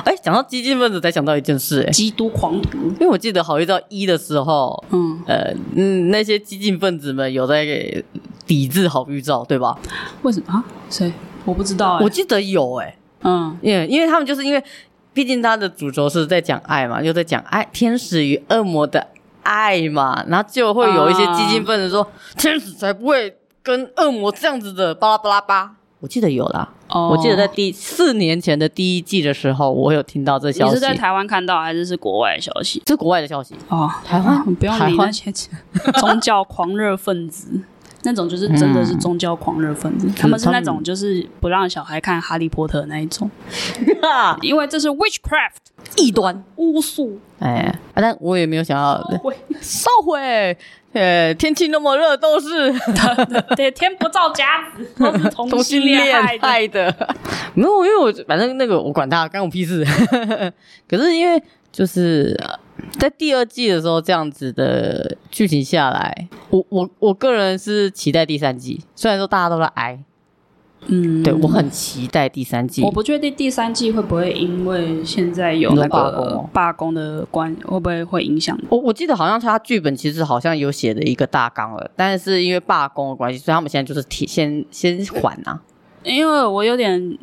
B: 哎，讲到激进分子，才想到一件事、哎，
A: 基督狂徒，
B: 因为我记得好遇到一的时候，
A: 嗯，
B: 呃，嗯，那些激进分子们有在给抵制好预兆，对吧？
A: 为什么啊？谁？我不知道、欸，
B: 我记得有、哎，
A: 嗯
B: 因为因为他们就是因为，毕竟他的主轴是在讲爱嘛，又在讲爱，天使与恶魔的爱嘛，然后就会有一
A: 啊
B: 些激进分子说，天使才不会跟恶魔这样子的，巴拉巴拉巴。我记得有啦，
A: 哦
B: 我记得在第四年前的第一季的时候，我有听到这消
A: 你
B: 息，
A: 是在台湾看到还是是国外的消息？
B: 这国外的消息。
A: 哦，
B: 台湾
A: 啊不用
B: 台
A: 理
B: 湾
A: 那些宗教狂热分子，那种就是真的是
B: 嗯
A: 宗教狂热分子，他们是那
B: 他
A: 种就是不让小孩看《哈利波特》那一种，因为这是 witchcraft
B: 异端。
A: 巫术。
B: 哎，啊但我也没有想要
A: 会
B: *laughs* 烧毁。呃，天气那么热，都是
A: *laughs* 对，天不造假子，都是同
B: 同
A: 性
B: 性
A: 恋
B: 恋
A: 害的。
B: 害的。 *laughs* 没有，因为我反正那个我管他，干我屁事。 *laughs* 可是因为就是呃在第二季的时候，这样子的剧情下来，我我我个人是期待第三季。虽然说大家都在哀，
A: 嗯，
B: 对我很期待第三季
A: 我。不确定第三季会不会因为现在有
B: 你说
A: 那
B: 罢工
A: 个
B: 哦
A: 罢工的关，会不会会影响？
B: 我我记得好像他剧本其实好像有写的一个大纲了，但是因为罢工的关系，所以他们现在就是提先先缓啊。
A: 因为我有点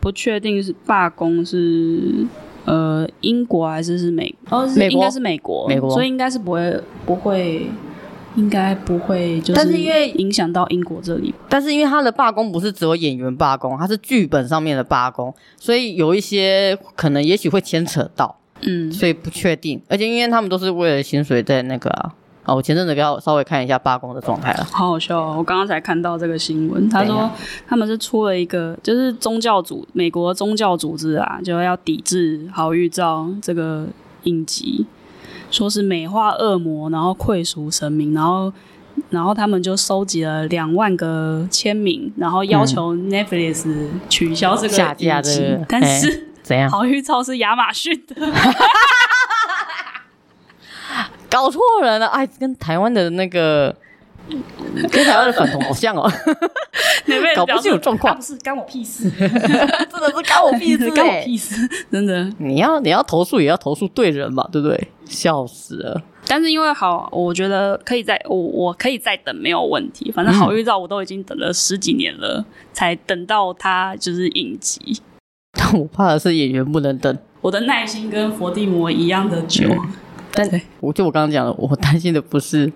A: 不确定是罢工是呃英国还是是美哦是
B: 美国
A: 应该是美国
B: 美国
A: 所以应该是不会不会应该不会就是，
B: 但是因为
A: 影响到英国这里，
B: 但是因为他的罢工不是只有演员罢工，他是剧本上面的罢工，所以有一些可能也许会牵扯到，
A: 嗯
B: 所以不确定。而且因为他们都是为了薪水在那个啊、啊，我前阵子给他稍微看一下罢工的状态了。
A: 好好笑、哦！我刚刚才看到这个新闻，他
B: 怎
A: 说
B: 样
A: 他们是出了一个，就是宗教组美国宗教组织啊，就要抵制《好预兆》这个影集，说是美化恶魔，然后溃赎神明，然后然后他们就收集了两万个签名，然后要求 Netflix 取消这个
B: 嗯下架
A: 影集，
B: 这个哎嗯
A: 但是。
B: 怎样？
A: 好预兆是亚马逊的， *laughs*
B: 搞错人了！哎，跟台湾的那个，跟台湾的粉红好像哦，
A: 那边
B: 搞不清楚状况
A: 不啊是干我屁事，*laughs*
B: *laughs* 真的是干我屁 *laughs* 事、欸
A: 干我屁事， *laughs* 真的。
B: 你要你要投诉也要投诉对人嘛，对不对？笑死了！ *laughs*
A: 但是因为好，我觉得可以再我我可以再等没有问题。反正好预兆我都已经等了十几年了，才等到它就是影集。
B: 但我怕的是演员不能等，
A: 我的耐心跟伏地魔一样的久，
B: 但我就我刚刚讲的，我担心的不是，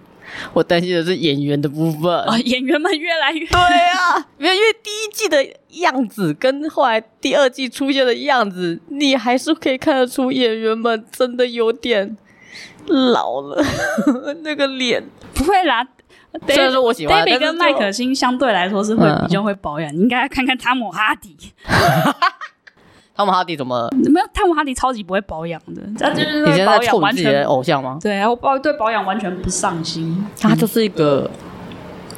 B: 我担心的是演员的部分。
A: 啊、演员们越来越
B: 哦对啊， *laughs* 因为因为第一季的样子跟后来第二季出现的样子，你还是可以看得出演员们真的有点老了， *laughs* 那个脸。
A: 不会啦。
B: 虽然说我喜欢
A: David
B: 但是
A: 跟
B: 就
A: 麦可欣相对来说是会
B: 嗯
A: 比较会保养，你应该看看汤姆哈迪。
B: 汤姆哈迪怎么了？
A: 没有汤姆哈迪超级不会保养的，他就是
B: 你现
A: 对
B: 在
A: 保
B: 在
A: 养
B: 臭你
A: 完
B: 自己的
A: 全
B: 偶像吗？嗯
A: 对，然后保对保养完全不上心，
B: 他就是一个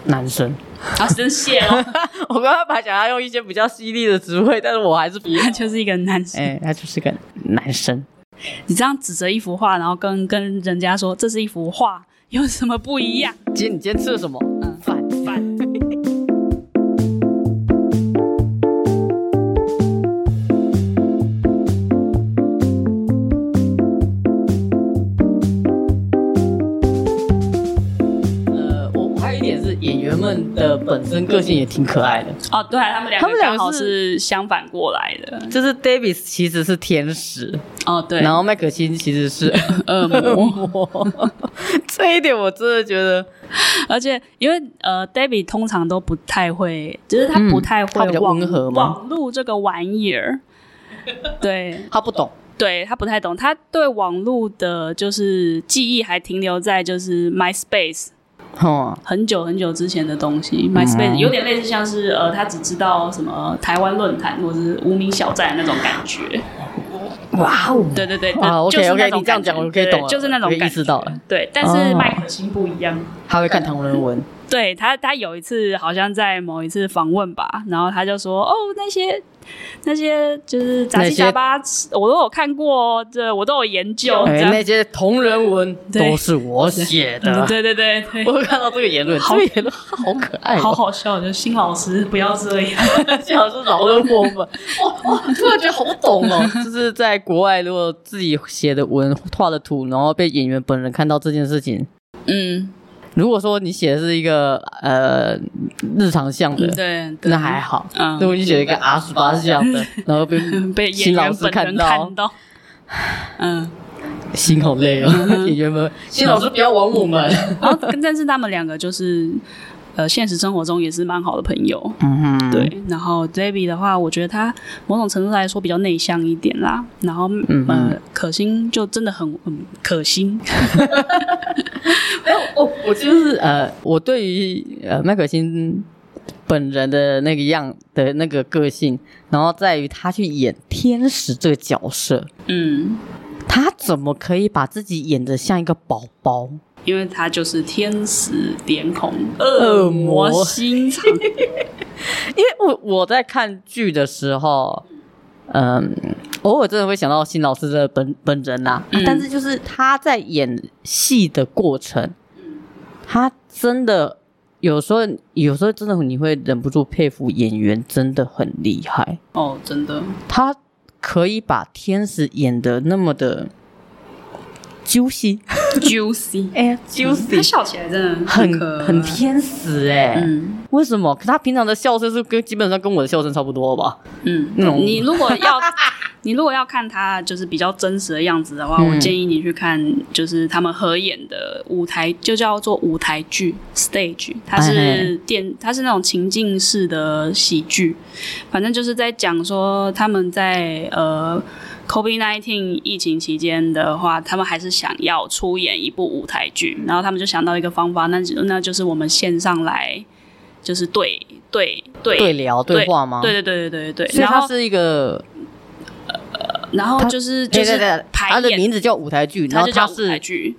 B: 男生。
A: 然后真谢了，
B: *laughs* 我刚刚本来想要用一些比较犀利的词汇，但是我还是比
A: 他就是一个男生。
B: 哎、他就是个男生。
A: 你这样指着一幅画，然后跟跟人家说这是一幅画，有什么不一样？
B: 今天你今天吃了什么？
A: 嗯
B: 饭。
A: 烦。
B: 呃，我我还有一点是演员们的本身个性也挺可爱的，
A: 哦，对、他们两
B: 他
A: 个
B: 们两个
A: 刚好
B: 是
A: 是相反过来的。
B: 就是 Davis 其实是天使，
A: 哦，对，
B: 然后麦可欣其实 *laughs* 是
A: 恶
B: 恶
A: 魔，
B: 魔，这一点我真的觉得
A: 而且因为呃，David 通常都不太会，就是他
B: 嗯
A: 不太会
B: 他比较
A: 网
B: 温和吗
A: 网络这个玩意
B: *laughs*
A: 儿。对，
B: 他不懂，
A: 对他不太懂，他对网络的就是记忆还停留在就是 MySpace
B: 哦，
A: 很久很久之前的东西，MySpace
B: 嗯
A: 有点类似像是呃，他只知道什么台湾论坛或者是无名小站那种感觉。
B: 哇哦，
A: 对对对，
B: 嗯啊
A: 就是那
B: OK，OK，
A: 种
B: 你这
A: 感
B: 样
A: 觉
B: 讲我可以懂了
A: 对就是那种
B: 我可以
A: 感觉
B: 意识到了。
A: 对，但
B: 哦
A: 是麦可欣不一样。
B: 他会看唐人文，
A: 对他，他有一次好像在某一次访问吧，然后他就说：“哦，那些那些就是杂
B: 那
A: 七
B: 些
A: 杂八，我都有看过哦，这我都有研究。”
B: 哎、
A: 这样
B: 那些同人文
A: 对
B: 都是我写的
A: 嗯。对对对对，
B: 我有看到这个言论，这
A: 好
B: 个言论好可爱、
A: 好
B: 哦，
A: 好笑，就新老师不要这样。
B: 像是老人我们，哇哇，突然觉得好懂哦。 *laughs* 就是在国外，如果自己写的文、画的图，然后被演员本人看到这件事情，
A: 嗯，
B: 如果说你写的是一个呃日常向的，
A: 对，对
B: 那还好。
A: 嗯
B: 如果你写了一个 R 十八项 *laughs* 的，然后被
A: 被演
B: 新老
A: 员
B: 师
A: 本人
B: 看到
A: 看，
B: *laughs*
A: 到。嗯，
B: 心好累哦。 *laughs* 演员们，新老师不要玩我们。
A: 然后跟哦但是他们两个就是，呃，现实生活中也是蛮好的朋友。
B: 嗯哼，
A: 对，然后 David 的话，我觉得他某种程度来说比较内向一点啦。然后，嗯、呃，可心就真的很，嗯，可心，
B: 我哦我就是呃，我对于呃麦可欣本人的那个样的那个个性，然后在于他去演天使这个角色，
A: 嗯，
B: 他怎么可以把自己演的像一个宝宝？
A: 因为他就是天使脸孔，
B: 恶魔
A: 恶心肠，
B: 因为我我在看剧的时候，嗯，偶尔真的会想到辛老师的本本人呐、
A: 嗯
B: 但是就是他在演戏的过程，他真的有时候有时候真的你会忍不住佩服演员，真的很厉害，
A: 哦，真
B: *laughs*
A: 的，
B: 他可以把天使演的那么的 juicy，
A: juicy，
B: 哎呀
A: 他
B: juicy，
A: 笑起来真的
B: 很
A: 可爱
B: 很天使哎、
A: 嗯
B: 为什么？可他平常的笑声是跟基本上跟我的笑声差不多吧？
A: 嗯，
B: 那种
A: 你如果要 *laughs* 你如果要看他就是比较真实的样子的话，
B: 嗯
A: 我建议你去看就是他们合演的舞台，就叫做舞台剧 （stage），它
B: 哎
A: 是电，它是那种情境式的喜剧，反正就是在讲说他们在呃。 COVID nineteen 疫情期间的话，他们还是想要出演一部舞台剧，然后他们就想到一个方法，那那就是我们线上来，就是对对对
B: 对聊对话吗？
A: 对对对对对对。
B: 所以
A: 然
B: 它
A: 后
B: 是一个，
A: 然后就是就
B: 对
A: 是
B: 对对它
A: 排
B: 的
A: 演，
B: 名字叫舞台剧，然
A: 它
B: 后
A: 就叫
B: 它
A: 舞台
B: 是
A: 剧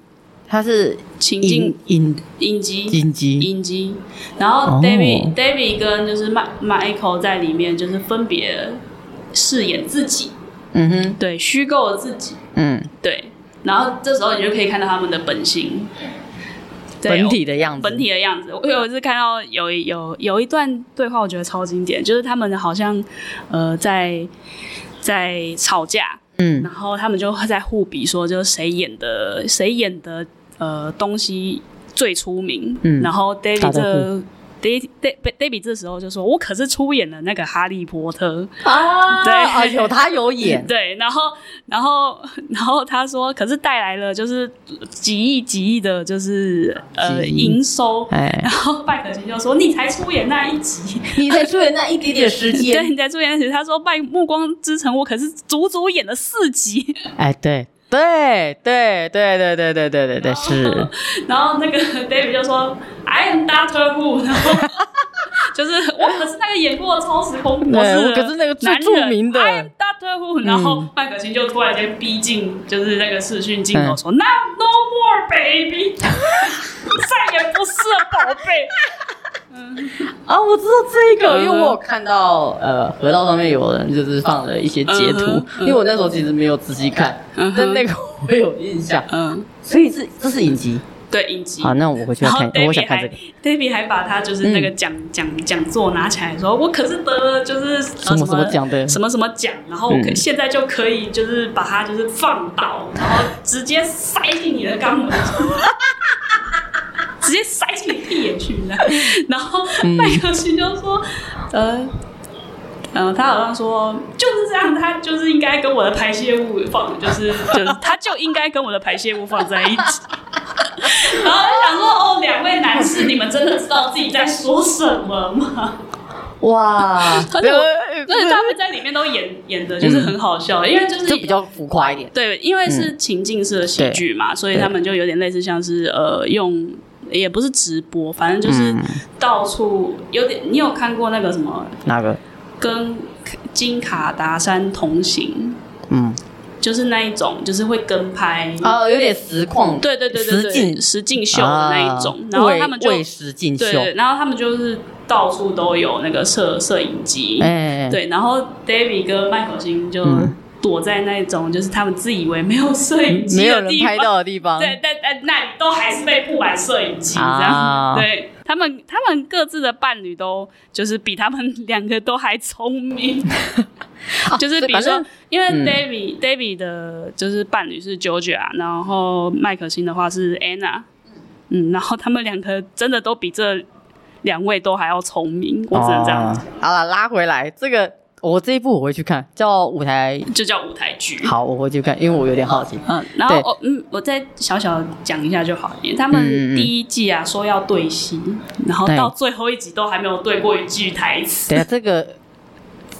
B: 它是
A: 情境
B: 影影
A: 影集
B: 影集，
A: 影集，然后
B: 哦
A: David、David 跟就是 Ma- Michael 在里面就是分别饰演自己，
B: 嗯哼，
A: 对虚构的自己，
B: 嗯，
A: 对，然后这时候你就可以看到他们的本性，对
B: 本体的样子，
A: 本体的样子。我有一次看到有一有有一段对话，我觉得超经典，就是他们好像呃在在吵架，
B: 嗯
A: 然后他们就在互比说，就是谁演的谁演的呃东西最出名。
B: 嗯
A: 然后
B: 打
A: David
B: 招呼
A: 这 David David David 这时候就说：“我可是出演了那个哈利波特。”
B: 啊，
A: 对
B: 啊，有他有
A: *laughs*
B: 演，
A: 对，然后，然后，然后他说，可是带来了就是几亿、几亿的，就是呃
B: 几亿
A: 营收。
B: 哎
A: 然，后麦可晴就说：“你才出演那一集，
B: 你才出演那一点点时
A: 对，
B: 间，
A: 你才出演那一集。”他说：“麦暮光之城，我可是足足演了四集。
B: 哎，对。对对对对对对对对对，是”
A: 然后那个 *laughs* David 就说：“I am Doctor Who。”然后 *laughs* 就是我可是那个演过《超时空博士
B: 对
A: 的男人》，
B: 我可是那个最著名的嗯
A: I am Doctor Who。然后麦可晴就突然间逼近，就是那个视讯镜头说：“Now no more baby，再也不是了，宝贝。”
B: 啊，我知道这个，因为
A: 嗯哼
B: 我有看到呃，河道上面有人就是放了一些截图
A: 嗯哼，
B: 因为我那时候其实没有仔细看，
A: 嗯哼
B: 但那个我有印象，
A: 嗯，
B: 所以是这是影集。
A: 对，影集。
B: 好，那我回去
A: 嗯
B: 要
A: 然后
B: 看，哎我想
A: David
B: 看
A: 还
B: 这个嗯
A: David 还把他就是那个讲讲讲座拿起来说，我可是得了就是呃
B: 什
A: 什
B: 么什么奖的，
A: 什么什么奖，然后我可
B: 嗯
A: 现在就可以就是把它就是放倒，然后直接塞进你的肛门，直接塞进你屁眼去
B: *laughs*
A: 了。然后麦克逊就说，
B: 嗯
A: 呃。呃，他好像说就是这样，他就是应该跟我的排泄物放，就是就是，他就应该跟我的排泄物放在一
B: *laughs*
A: 起。然后我想说，哦，两位男士，你们真的知道自己在说什么吗？
B: 哇！
A: 而且我而且他们在里面都演演的就是很好笑，因为就是
B: 就比较嗯浮夸一点，
A: 对，因为是情境式的喜剧嘛，所以他们就有点类似像是呃用。也不是直播，反正就是
B: 嗯
A: 到处有点。你有看过那个什么
B: 哪个？
A: 跟金卡达山同行，
B: 嗯，
A: 就是那一种，就是会跟拍，
B: 啊，有点实况，
A: 对对对对
B: 实
A: 对，
B: 境
A: 实境秀
B: 啊
A: 的那一种。然后他们就
B: 为实境秀
A: 对，对，然后他们就是到处都有那个摄摄影机，
B: 哎，
A: 对，然后 David 跟麦可欣就
B: 嗯
A: 躲在那种就是他们自以为没有摄影
B: 没
A: 机
B: 有
A: 的
B: 人
A: 地
B: 拍
A: 方，
B: 到的地方，
A: 对，但但那里都还是被布满摄影机这样。
B: 啊
A: *laughs* 对他们，他们各自的伴侣都就是比他们两个都还聪明，
B: 啊
A: 就是
B: 哦所以
A: 比如
B: 反
A: 说
B: 正，
A: 因为
B: 嗯
A: David、David 的就是伴侣是 Georgia，然后麦可欣的话是 Anna，嗯，然后他们两个真的都比这两位都还要聪明，我只能这样讲，
B: 哦好了，拉回来这个，我这一部我会去看，叫舞台。啊
A: 就叫舞台剧。
B: 好，我会去看，因为我有点好奇。
A: 嗯，然
B: 对
A: 后我嗯，我再小小讲一下就好。因为他们
B: 嗯嗯嗯
A: 第一季啊说要对戏，然后
B: 对
A: 到最后一集都还没有对过一句台词？
B: 等，一下这个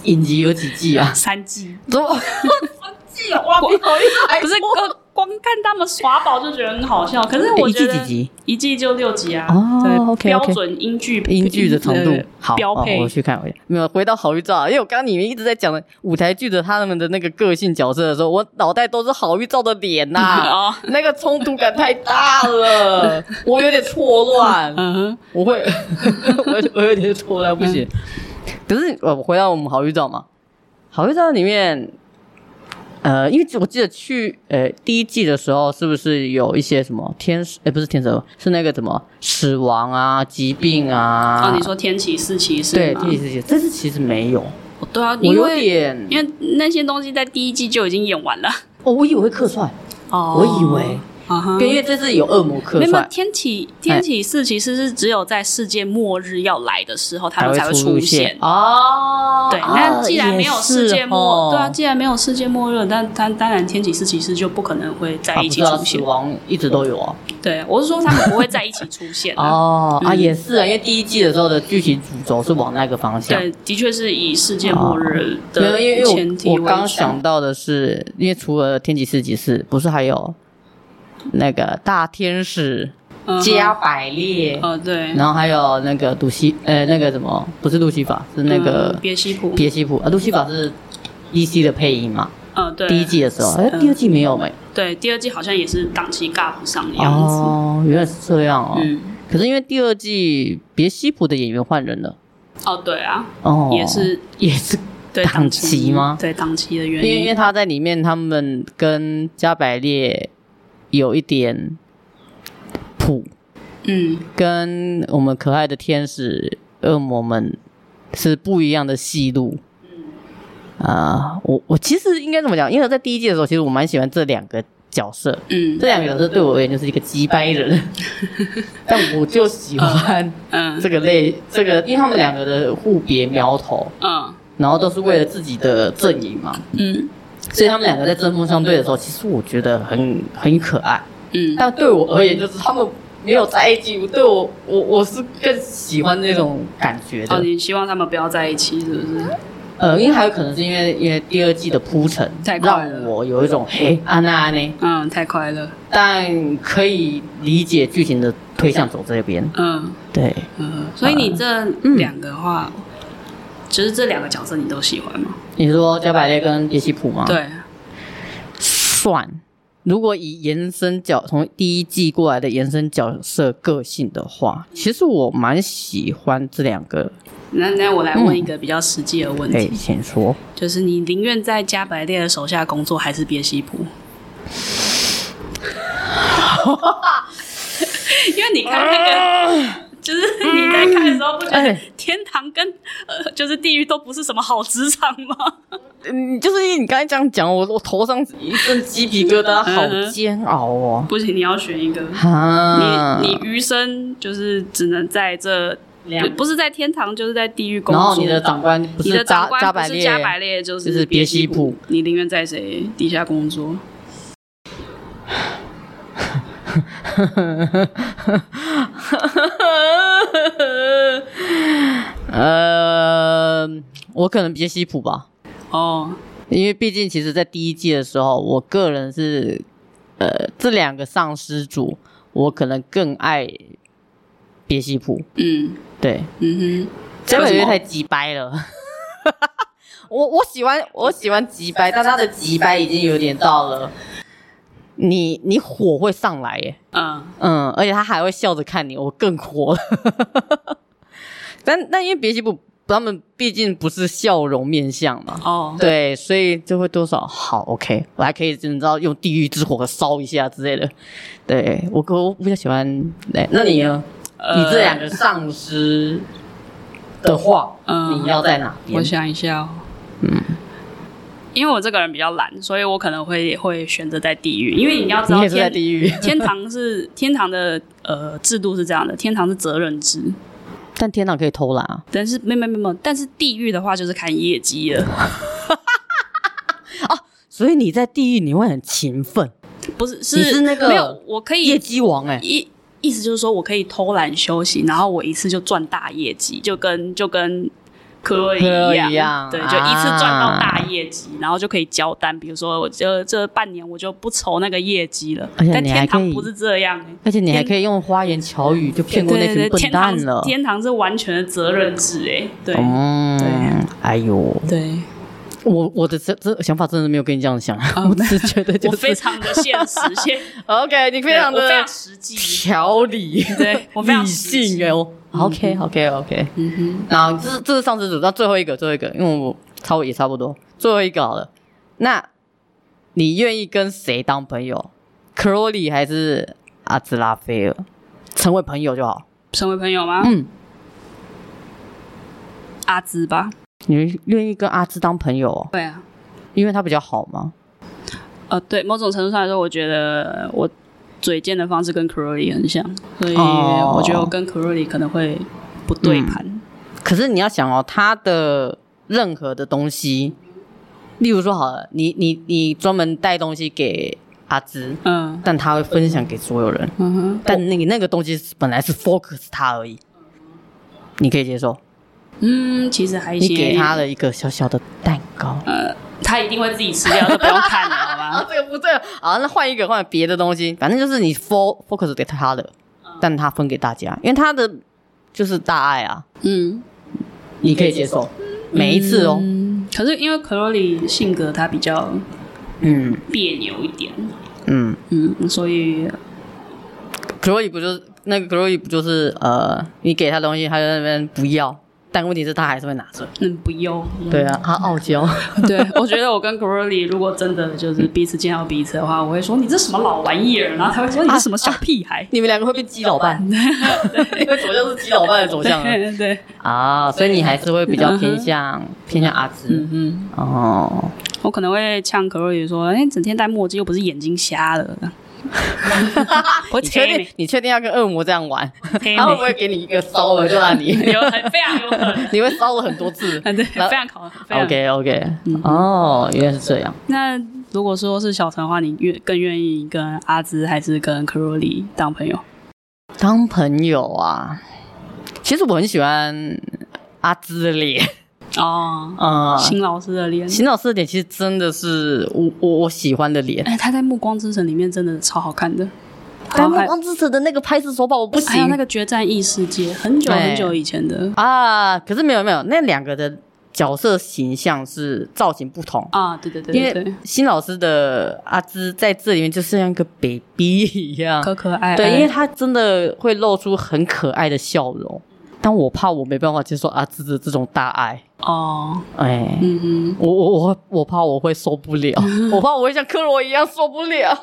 B: 影集有几季啊
A: 三季
B: 怎 *laughs* 么三季啊？哇，比好厉害！
A: 不是光光看他们耍宝就觉得很好笑，可是我
B: 一
A: 觉
B: 季
A: 得
B: 几集？
A: 一季就六集啊，
B: 哦
A: 对
B: OK，OK
A: 标准英剧
B: 英剧的程度
A: 对
B: 好，
A: 标
B: 哦
A: 配
B: 我去看一下。没有回到好预兆啊，因为我刚刚你们一直在讲的舞台剧的他们的那个个性角色的时候，我脑袋都是好预兆的脸呐、
A: *laughs* 哦
B: 那个冲突感太大了，我有点错乱，
A: 嗯哼，
B: 我会， *laughs* 我我有点错乱，不行。可是呃，我回到我们好预兆嘛，好预兆里面，呃，因为我记得去呃第一季的时候，是不是有一些什么天使？哎、不是天使恶魔，是那个什么死亡啊、疾病啊。
A: 哦，你说天启四骑士
B: 对，
A: 吗
B: 第一次见，但是其实没有，
A: 哦对啊，
B: 我
A: 因
B: 有
A: 为
B: 点，
A: 因为那些东西在第一季就已经演完了，
B: 哦，我以为客串，
A: 哦
B: 我以为，
A: 啊哈
B: 对，因为这次有恶魔客
A: 没有没有
B: 串，
A: 天启
B: 哎
A: 天启四其实是只有在世界末日要来的时候，他们才会
B: 出
A: 现。
B: 哦。
A: 对，
B: 啊
A: 那既然没有世界末，
B: 也是哦
A: 对啊，既然没有世界末日，但但当然天启四其实就不可能会在
B: 啊
A: 一
B: 不
A: 起
B: 知
A: 出
B: 道死
A: 现。
B: 亡一直都有啊。
A: 对，我是说他们不会在一起出现、啊。
B: 哦啊，
A: 嗯
B: 也是啊，因为第一季的时候的剧情主轴是往那个方向。
A: 对，的确是以世界末日
B: 哦没有，
A: 的
B: 因为
A: 前提
B: 我
A: 为
B: 我刚
A: 主
B: 想到的是，因为除了天启四骑士，不是还有那个大天使
A: 嗯哼
B: 加百列，
A: 呃，对，
B: 然后还有那个杜西，呃，那个什么，不是路西法，是那个
A: 嗯别西普，
B: 别西普啊，路西法是 DC 的配音嘛，
A: 呃，对，
B: 第一季的时候，哎，
A: 嗯
B: 第二季没有没？
A: 对，第二季好像也是档期尬不上的样子。
B: 哦，原来是这样哦。
A: 嗯，
B: 可是因为第二季别西普的演员换人了，
A: 哦，对啊，
B: 哦，
A: 也是
B: 也是
A: 对
B: 档期吗
A: 对档期的
B: 因
A: 原
B: 为因
A: 因
B: 为。他在里面，他们跟加百列有一点谱，
A: 嗯，
B: 跟我们可爱的天使恶魔们是不一样的戏路。啊、我我其实应该怎么讲？因为我在第一季的时候，其实我蛮喜欢这两个角色，
A: 嗯
B: 这两个角色对我而言就是一个击败人， *laughs* 但我就喜欢
A: 嗯
B: 这个类这个，因为他们两个的互别苗头，
A: 嗯
B: 然后都是为了自己的阵营嘛，
A: 嗯
B: 所以他们两个在针锋相对的时候，其实我觉得很很可爱。
A: 嗯，
B: 但对我而言，就是他们没有在一起，对我我我是更喜欢那种感觉
A: 哦，
B: 的。
A: 你希望他们不要在一起，是不是？
B: 呃，因为还有可能是因为因为第二季的铺陈
A: 太，快了
B: 让我有一种嘿啊安娜安呢，
A: 嗯，太快了。
B: 但可以理解剧情的推向走这边。
A: 嗯
B: 对，
A: 嗯，所以你这
B: 嗯
A: 两个话，就是这两个角色你都喜欢吗？
B: 你说加百列跟杰西普吗？，
A: 对，
B: 算。如果以延伸角从第一季过来的延伸角色个性的话，其实我蛮喜欢这两个。
A: 那那我来
B: 嗯
A: 问一个比较实际的问
B: 哎
A: 题，，
B: 先说，
A: 就是你宁愿在加百列的手下工作，还是别西普？ *laughs* 因为你看那
B: 啊
A: 个，就是你在看的时候，不觉得
B: 哎
A: 天堂跟呃，就是地狱都不是什么好职场吗？ *laughs*
B: 嗯，就是因为你刚才这样讲，我我头上一阵鸡皮疙瘩，
A: 嗯
B: 好煎熬哦。
A: 不行，你要选一个。
B: 哈，
A: 你你余生就是只能在这，
B: 两
A: 不是在天堂，就是在地狱工
B: 然
A: 作。
B: 后你的长官不
A: 你
B: 是
A: 的
B: 扎
A: 长官
B: 扎
A: 不
B: 百
A: 是
B: 列，
A: 加
B: *laughs*
A: 百列，就
B: 就是
A: 是
B: 别
A: 别
B: 西
A: 西
B: 卜
A: 卜。你宁愿在谁底下工作？
B: 呃，我可能比较西普吧，
A: 哦，
B: 因为毕竟其实，在第一季的时候，我个人是呃这两个丧尸组，我可能更爱别西普，
A: 嗯
B: 对，
A: 嗯
B: 这
A: 为
B: 个
A: 什
B: 有
A: 么
B: 点太急掰了。 *laughs* 我我喜欢我喜欢急掰，但他的急掰已经有点到了，你你火会上来耶，
A: 哼，嗯
B: 嗯，而且他还会笑着看你，我更火了。 *laughs* 但但因为别西不，他们毕竟不是笑容面相嘛，
A: 哦，
B: 对，所以就会多少好 OK，我还可以你知道用地狱之火烧一下之类的。对我我我比较喜欢，哎，那你呢？
A: 呃
B: 你这啊两个丧尸的话，
A: 嗯
B: 你要在哪
A: 我
B: 边？
A: 想一下哦，嗯，因为我这个人比较懒，所以我可能会会选择在地狱，因为你要知
B: 你
A: 道
B: 也是在
A: 天
B: 地狱，
A: *laughs* 天堂是天堂的呃制度是这样的，天堂是责任制，
B: *laughs* 但天堂可以偷懒啊！
A: 但是没没没没，但是地狱的话就是看业绩了，
B: 所以你在地狱你会很勤奋，
A: 不是
B: 你
A: 是
B: 是那个
A: 没有，我可
B: 业
A: 以
B: 绩王哎、
A: 意意思就是说我可以偷懒休息，然后我一次就赚大业绩，就跟就跟。科一
B: 科
A: 样，
B: 一样
A: 对，就一次赚到大
B: 啊
A: 业绩，然后就可以交单。比如说，我这这半年我就不愁那个业绩了。
B: 而且
A: 但
B: 你
A: 天
B: 还可以
A: 堂不是这样、欸，
B: 而且你还可以用花言巧语就骗过那
A: 对对对，
B: 群笨
A: 天堂
B: 蛋
A: 是
B: 了。
A: 天堂是完全的责任制、哎，对、
B: 嗯，哎呦，
A: 对，
B: 我我的这这想法真的没有跟你这样想，我只是觉得就
A: 哦我
B: 是
A: 非常的现
B: *laughs*
A: 实，现
B: OK，你非
A: 对
B: 常
A: 我非
B: 的
A: 常实际，
B: 条理，
A: 对我非常
B: 理
A: 实际
B: 性哎、我 OK OK OK，
A: 嗯
B: 然后这是这是上次组，那最后一个最后一个，因为我差不多也差不多，最后一个好了。那你愿意跟谁当朋友？克罗里还是阿兹拉菲尔？成为朋友就好。
A: 哼，成为朋友吗？
B: 嗯，
A: 阿兹吧，
B: 你愿意跟阿兹当朋友、哦，
A: 对啊，
B: 因为他比较好吗？
A: 呃，对，某种程度上来说，我觉得我嘴贱的方式跟 Curly 很像，所以
B: 哦
A: 我觉得我跟 Curly 可能会不对
B: 嗯
A: 盘。
B: 可是你要想哦，他的任何的东西，例如说好了，你你你专门带东西给阿芝，
A: 嗯
B: 但他会分享给所有人，
A: 嗯哼，
B: 但那个那个东西是本来是 focus 他而已，你可以接受，
A: 嗯，其实还
B: 你
A: 行。
B: 给他了一个小小的蛋糕。
A: 呃，他一定会自己吃掉，就不用看了，好
B: *laughs* 啊 *laughs*
A: 吗？，
B: 这个不对了好，那换一个，换别的东西，反正就是你 fo focus 给他的，但他分给大家，因为他的就是大爱啊，
A: 嗯，
B: 你可以接受，每一次哦，
A: 嗯，可是因为 Curly 性格他比较
B: 嗯
A: 别扭一点，
B: 嗯
A: 嗯，所以
B: ，Chloe 不就是那个 Chloe 不就是呃，你给他东西，他就在那边不要，但问题是他还是会拿着，
A: 嗯不用。
B: 对啊，他傲娇，
A: 对，我觉得我跟 Curly 如果真的就是彼此见到彼此的话，我会说你这什么老玩意儿，然后他会说你这什么小屁孩。
B: 你们两个会被鸡老 *laughs* 伴，因为走向是鸡老伴的走向了
A: 对对，
B: 啊，所以你还是会比较偏向偏向阿芝
A: 嗯嗯，
B: 哦。
A: 我可能会呛 Curly 说，哎，整天戴墨镜又不是眼睛瞎了。 *laughs* 我
B: 你啊确定？你确定要跟恶魔这样玩？
A: 黑
B: 他会
A: 莓
B: 不会给你一个骚了就让 *laughs* 你？
A: 哦有很非常有可能，。
B: *laughs* 你会骚了很多次
A: *laughs* 啊对，非
B: 然后
A: 常考非常嗯
B: OK OK，哦，原来是这样。
A: 那如果说是小陈的话，你愿更愿意跟阿芝还是跟克罗里当朋友？
B: 当朋友啊，其实我很喜欢阿芝的脸
A: 哦，
B: 啊，
A: 邢老师的脸，
B: 邢、老师的脸其实真的是我我我喜欢的脸，
A: 哎，他在《暮光之城》里面真的超好看的，
B: 但《暮
A: 还
B: 光之城》的那个拍摄手法我不
A: 还有
B: 行
A: 那个《决战异世界》，很久
B: 对
A: 很久以前的
B: 啊。可是没有没有，那两个的角色形象是造型不同。
A: 啊，对对对
B: 因
A: 对对
B: 为，新老师的阿芝在这里面就是像一个 baby 一样，
A: 可可爱爱，
B: 对，因为他真的会露出很可爱的笑容，但我怕我没办法接受阿芝的这种大爱，
A: 哦，
B: 哎，
A: 嗯嗯，
B: 我我我我怕我会受不 *laughs* 了，我怕我会像克罗一样受不了，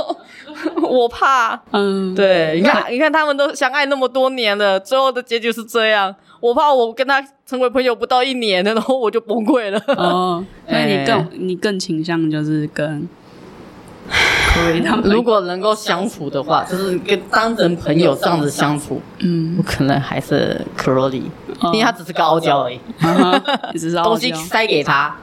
B: *laughs* 我怕。
A: 嗯，
B: 对，你看，你看他们都相爱那么多年了，最后的结局是这样，我怕我跟他成为朋友不到一年，然后我就崩溃了。
A: 哦，所以你
B: 哎
A: 更你更倾向就是
B: *sighs*
A: 跟克罗里当朋
B: *laughs* 如
A: 友，
B: 果能够相处的话，就是跟当成朋友这样子相处，
A: 嗯
B: *laughs* 我，可能还是克罗里，
A: 哦
B: 因为他只是个傲娇而已。
A: 啊哈只是傲
B: 东西
A: 娇，
B: 塞给他，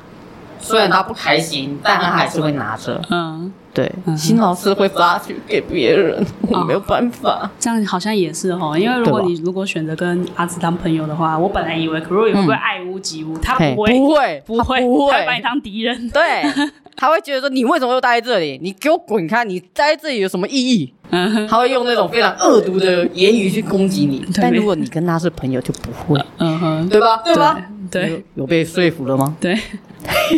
B: 虽然他不开心，但他还是会拿着。
A: 嗯，
B: 对，
A: 哼
B: 新老师会发去给别人，我没有办法。
A: 这样好像也是哦，因为如果
B: 对吧
A: 你如果选择跟阿紫当朋友的话，我本来以为 k u r i 会不会爱屋及乌，他
B: 嗯嘿
A: 不会，
B: 不会，
A: 不会，
B: 他
A: 他会
B: 不
A: 把你
B: 会。
A: 当敌人。
B: *laughs* 对，他会觉得说你为什么又待在这里？你给我滚开！你待在这里有什么意义？
A: 嗯哼，
B: 他会用那种非常恶毒的言语去攻击 *laughs* 你。但
A: 没
B: 如果你跟他是朋友，就不会，
A: 嗯哼，
B: 对吧？对吧？
A: 对
B: 有被说服了吗？
A: 对。 *laughs*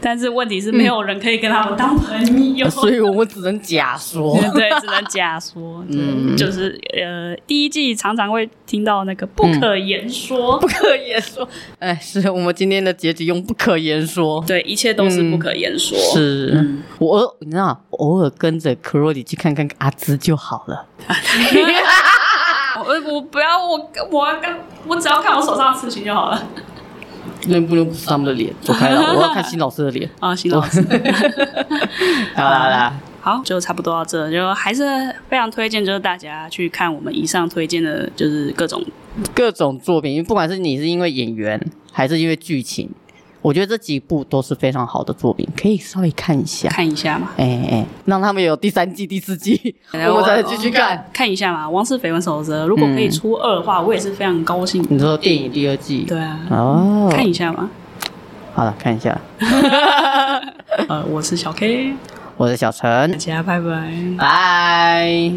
A: 但是问题是，没有人可以跟他们当朋
B: *laughs*
A: 友，
B: 啊所以我们只能假说。
A: *laughs* 对，只能假说。嗯，就是呃，第一季常常会听到那个不可
B: 嗯
A: 言说，
B: 不 *laughs* 可言说。哎，是我们今天的结局用不可言说。
A: 对，一切都是不可言说。
B: 嗯是、我偶你知道，我偶尔跟着克罗里去看看阿芝就好了。
A: *laughs* 我我不要我我要跟我只要看我手上的事情就好了。 *laughs*
B: 能不能不是他们的脸？走开 *laughs* 了，我要看新老师的脸。
A: 啊，行老
B: 哦
A: *laughs* 师。
B: 好啦好啦，
A: 好，就差不多到这，就还是非常推荐，就是大家去看我们以上推荐的，就是各种
B: 各种作品，因为不管是你是因为演员还是因为剧情，我觉得这几部都是非常好的作品，可以稍微看一下。
A: 看一下嘛，
B: 哎哎，让他们有第三季、第四季，
A: 哎
B: 我们才
A: 我
B: 能继续看。
A: 看一下嘛。《王室绯闻守则》如果
B: 嗯
A: 可以出二的话，我也是非常高兴。
B: 你说电影第二季？
A: 对啊，
B: 哦，
A: 看一下嘛。
B: 好了，看一下。
A: 呃，我是小 K，
B: 我是小陈
A: 大，家拜拜。
B: 拜。